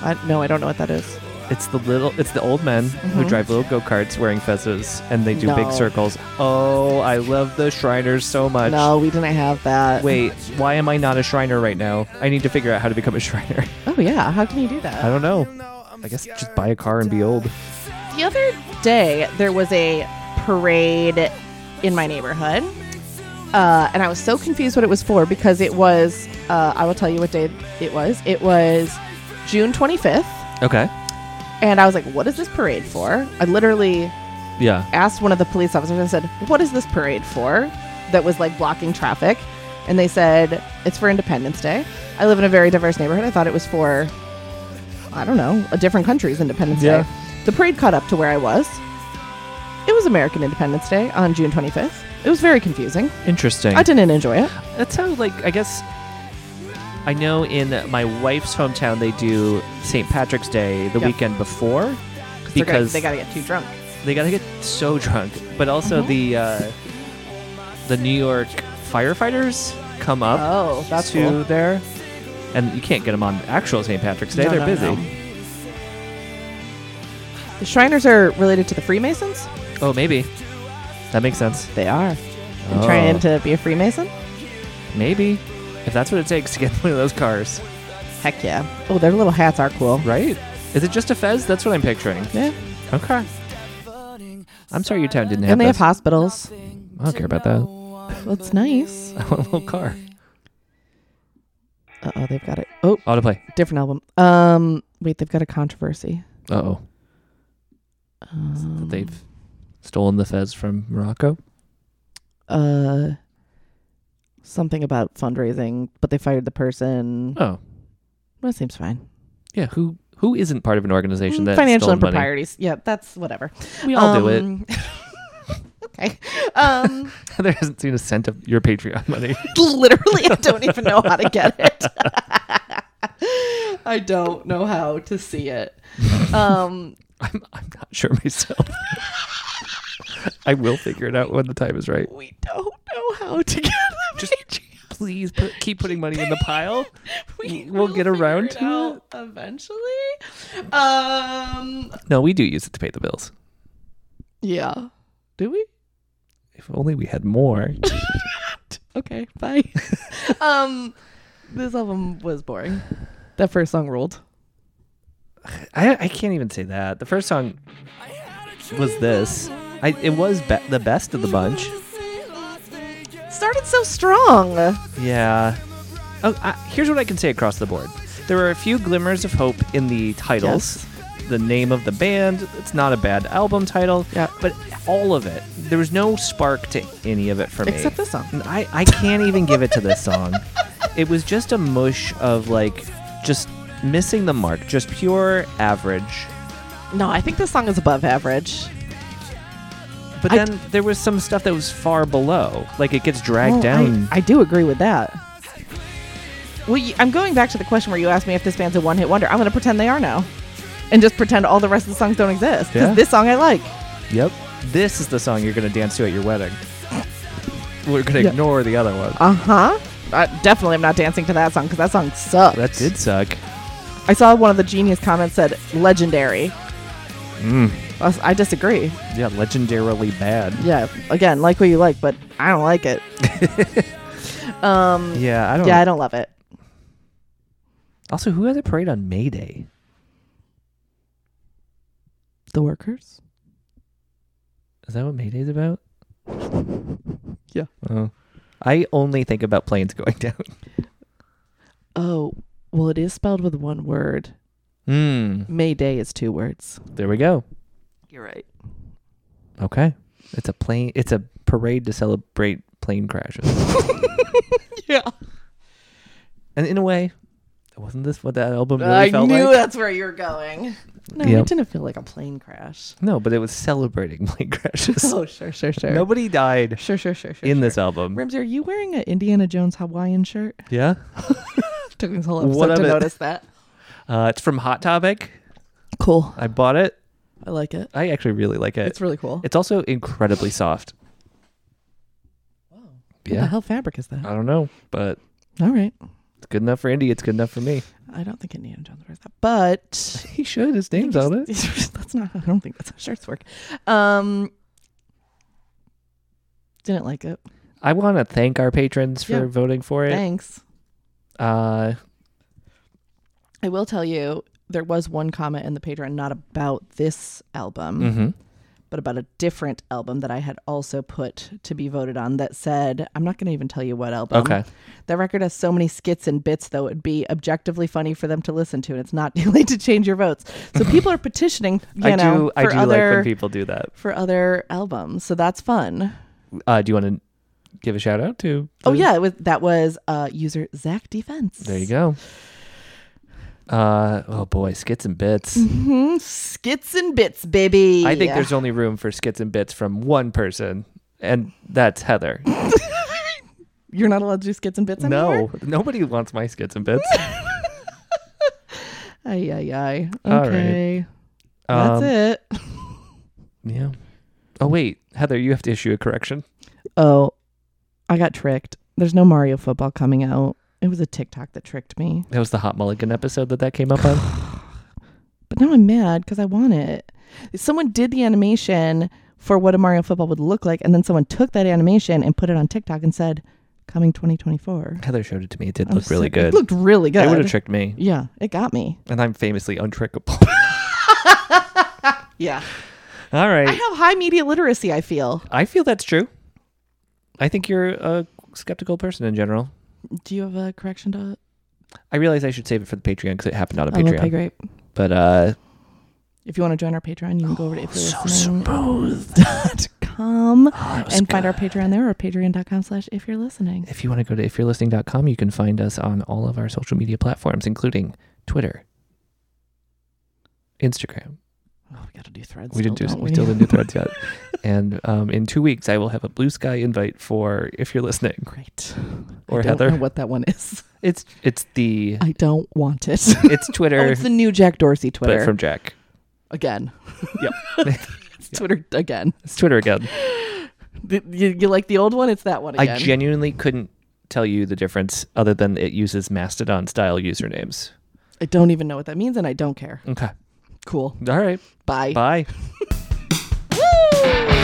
I, no, I don't know what that is. It's the little, it's the old men who Mhm. drive little go karts wearing fezzes, and they do big No. circles. Oh, I love the Shriners so much. No, we didn't have that. Wait, why am I not a Shriner right now? I need to figure out how to become a Shriner. [LAUGHS] Oh yeah, how can you do I that? don't know. I guess just buy a car and be old. The other day there was a parade in my neighborhood, uh, and I was so confused what it was for because it was. Uh, I will tell you what day it was. It was June 25th, Okay. and I was like, "What is this parade for?" I literally Yeah. asked one of the police officers and said, What is this parade for? That was like blocking traffic. And they said, It's for Independence Day. I live in a very diverse neighborhood. I thought it was for, I don't know, a different country's Independence Yeah. Day. The parade caught up to where I was. It was American Independence Day on June 25th. It was very confusing. Interesting. I didn't enjoy it. That's how, like, I guess. I know in my wife's hometown they do St. Patrick's Day the Yeah. weekend before They're gonna- because they got to get too drunk. they gotta get so drunk. But also the uh, the New York firefighters come up Oh, that's to cool. there, and you can't get them on actual St. Patrick's Day. No, They're no, busy. no. The Shriners are related to the Freemasons? Oh, maybe that makes sense. They are. I'm Oh. trying to be a Freemason? Maybe if that's what it takes to get [LAUGHS] one of those cars, Heck yeah. Oh, their little hats are cool. right? Is it just a fez? That's what I'm picturing. Yeah. Okay. I'm sorry your town didn't have And they have this. hospitals. I don't care about that. [LAUGHS] That's nice. I want a little car. Uh oh, they've got oh, it. Oh, Autoplay. different album. Um, wait, they've got a controversy. Um, Uh oh. that they've stolen the fez from Morocco. uh something about fundraising, but they fired the person. Oh, That seems fine. yeah. Who who isn't part of an organization Mm, that Financial stole money? improprieties. Yeah, that's whatever. We all do [LAUGHS] it. Um, [LAUGHS] okay. Um [LAUGHS] Heather hasn't seen a cent of your Patreon [LAUGHS] money. literally I don't even know how to get it. [LAUGHS] I don't know how to see it. Uh, Um I'm I'm not sure myself. I will figure it out when the time is right. we don't know how to get the [LAUGHS] Just Patreon. please put, keep putting money in the pile. [LAUGHS] We We'll will get figure around it to out eventually. Um [LAUGHS] No, we do use it to pay the bills. yeah. Do we? If only we had [LAUGHS] more. Okay, [LAUGHS] bye. [LAUGHS] um, this album was boring. That first song ruled. I I can't even say that. The first song was this. I it was be- the best of the bunch. Started so strong. Yeah. Oh, I, here's what I can say across the board. There were a few glimmers of hope in the titles, the name of the band. It's not a bad album title. Yeah. But all of it, there was no spark to any of it for me. Except this song. And I, I can't even give it to this song. [LAUGHS] It was just a mush of like just missing the mark, just pure average. No, I think this song is above average. But I- then there was some stuff that was far below. Like it gets dragged Well, down. I, I do agree with that. Well, you, I'm going back to the question where you asked me if this band's a one-hit wonder. I'm going to pretend they are now, and just pretend all the rest of the songs don't exist. Because Yeah. this song I like. Yep. This is the song you're going to dance to at your wedding. We're going to Yeah. ignore the other one. Uh huh. I definitely am not dancing to that song because that song sucks. That did suck. I saw one of the genius comments said legendary. Hmm. I s- I disagree. Yeah, legendarily bad. yeah again like what you like but i don't like it um Yeah, I don't. yeah i don't love it Also, who had a parade on May Day? the workers Is that what May Day's about? Yeah. Oh. I only think about planes [LAUGHS] going down. oh well it is spelled with one word Hmm. may day is two words There we go. you're right Okay. It's a plane. It's a parade to celebrate plane [LAUGHS] crashes. yeah and in a way, wasn't this what that album really i felt knew like? that's where you were going no Yep. it didn't feel like a plane crash No, but it was celebrating [LAUGHS] plane crashes. oh sure sure sure Nobody died sure sure sure sure in sure. this album. Ramsey, are you wearing an Indiana Jones Hawaiian [LAUGHS] shirt? Yeah. Took me this whole What episode of to it? notice that. Uh, it's from Hot Topic. Cool. I bought it. I like it. I actually really like it. It's really cool. It's also incredibly soft. What the Yeah. Uh, hell fabric is that? I don't know, but All right. it's good enough for Indy. It's good enough for me. I don't think Indiana Jones wears that, but [LAUGHS] He should. His name's [LAUGHS] on it. that's not. I don't think that's how shirts work. Um, didn't like it. I want to thank our patrons for Yeah. voting for it. Thanks. Uh, I will tell you, there was one comment in the Patreon not about this album, mm-hmm. but about a different album that I had also put to be voted on. That said, I'm not going to even tell you what album. Okay. That record has so many skits and bits, though it'd be objectively funny for them to listen to, and it's not [LAUGHS] too late to change your votes. [LAUGHS] So people are petitioning. [LAUGHS] You I know, do. I for do like other, when people do that. for other albums. So that's fun. Uh, do you want to give a shout out to? Oh the- yeah, it was that was uh user Zach Defense. There you go. Uh, oh boy, skits and bits. hmm Skits and bits, baby. I think [LAUGHS] there's only room for skits and bits from one person, and that's Heather. You're not allowed to do skits and bits anymore. no, nobody wants my skits and bits. [LAUGHS] Ay ay ay. All right. Okay. Um, That's it. Yeah. Oh wait, Heather, you have to issue a correction. Oh, I got tricked. There's no Mario football coming out. It was a TikTok that tricked me. That was the Hot Mulligan episode that that came up on. [SIGHS] But now I'm mad because I want it. Someone did the animation for what a Mario football would look like, and then someone took that animation and put it on TikTok and said, "Coming 2024." Heather showed it to me. It did I look was really like, good. It looked really good. It would have tricked me, Yeah, it got [LAUGHS] me. [LAUGHS] and I'm famously untrickable. [LAUGHS] Yeah. All right. I have high media literacy, I feel. I feel that's true. I think you're a skeptical person in general. Do you have a correction to I realize I should save it for the Patreon because it happened on a Oh, Patreon. okay, great. But uh, [GASPS] If you want to join our Patreon, you can go over to if [LAUGHS] com and find our Patreon there or patreon.com slash if you're listening. If you want to go to ifyou'relistening.com, you can find us on all of our social media platforms, including Twitter, Instagram. Oh, we got to do threads. We didn't do we still didn't do threads [LAUGHS] yet. And um, in two weeks, I will have a blue sky invite for if you're listening Great. or I don't know Heather. what that one is. It's it's [LAUGHS] the I don't want it. it's [LAUGHS] oh, Twitter, it's the new Jack Dorsey Twitter. but from Jack. again. [LAUGHS] Yep. [LAUGHS] it's Twitter again. It's Twitter again. Th- You, you like the old one? It's that one again. I genuinely couldn't tell you the difference other than it uses Mastodon style usernames. I don't even know what that means and I don't care. Okay. Cool. All right. Bye. Woo!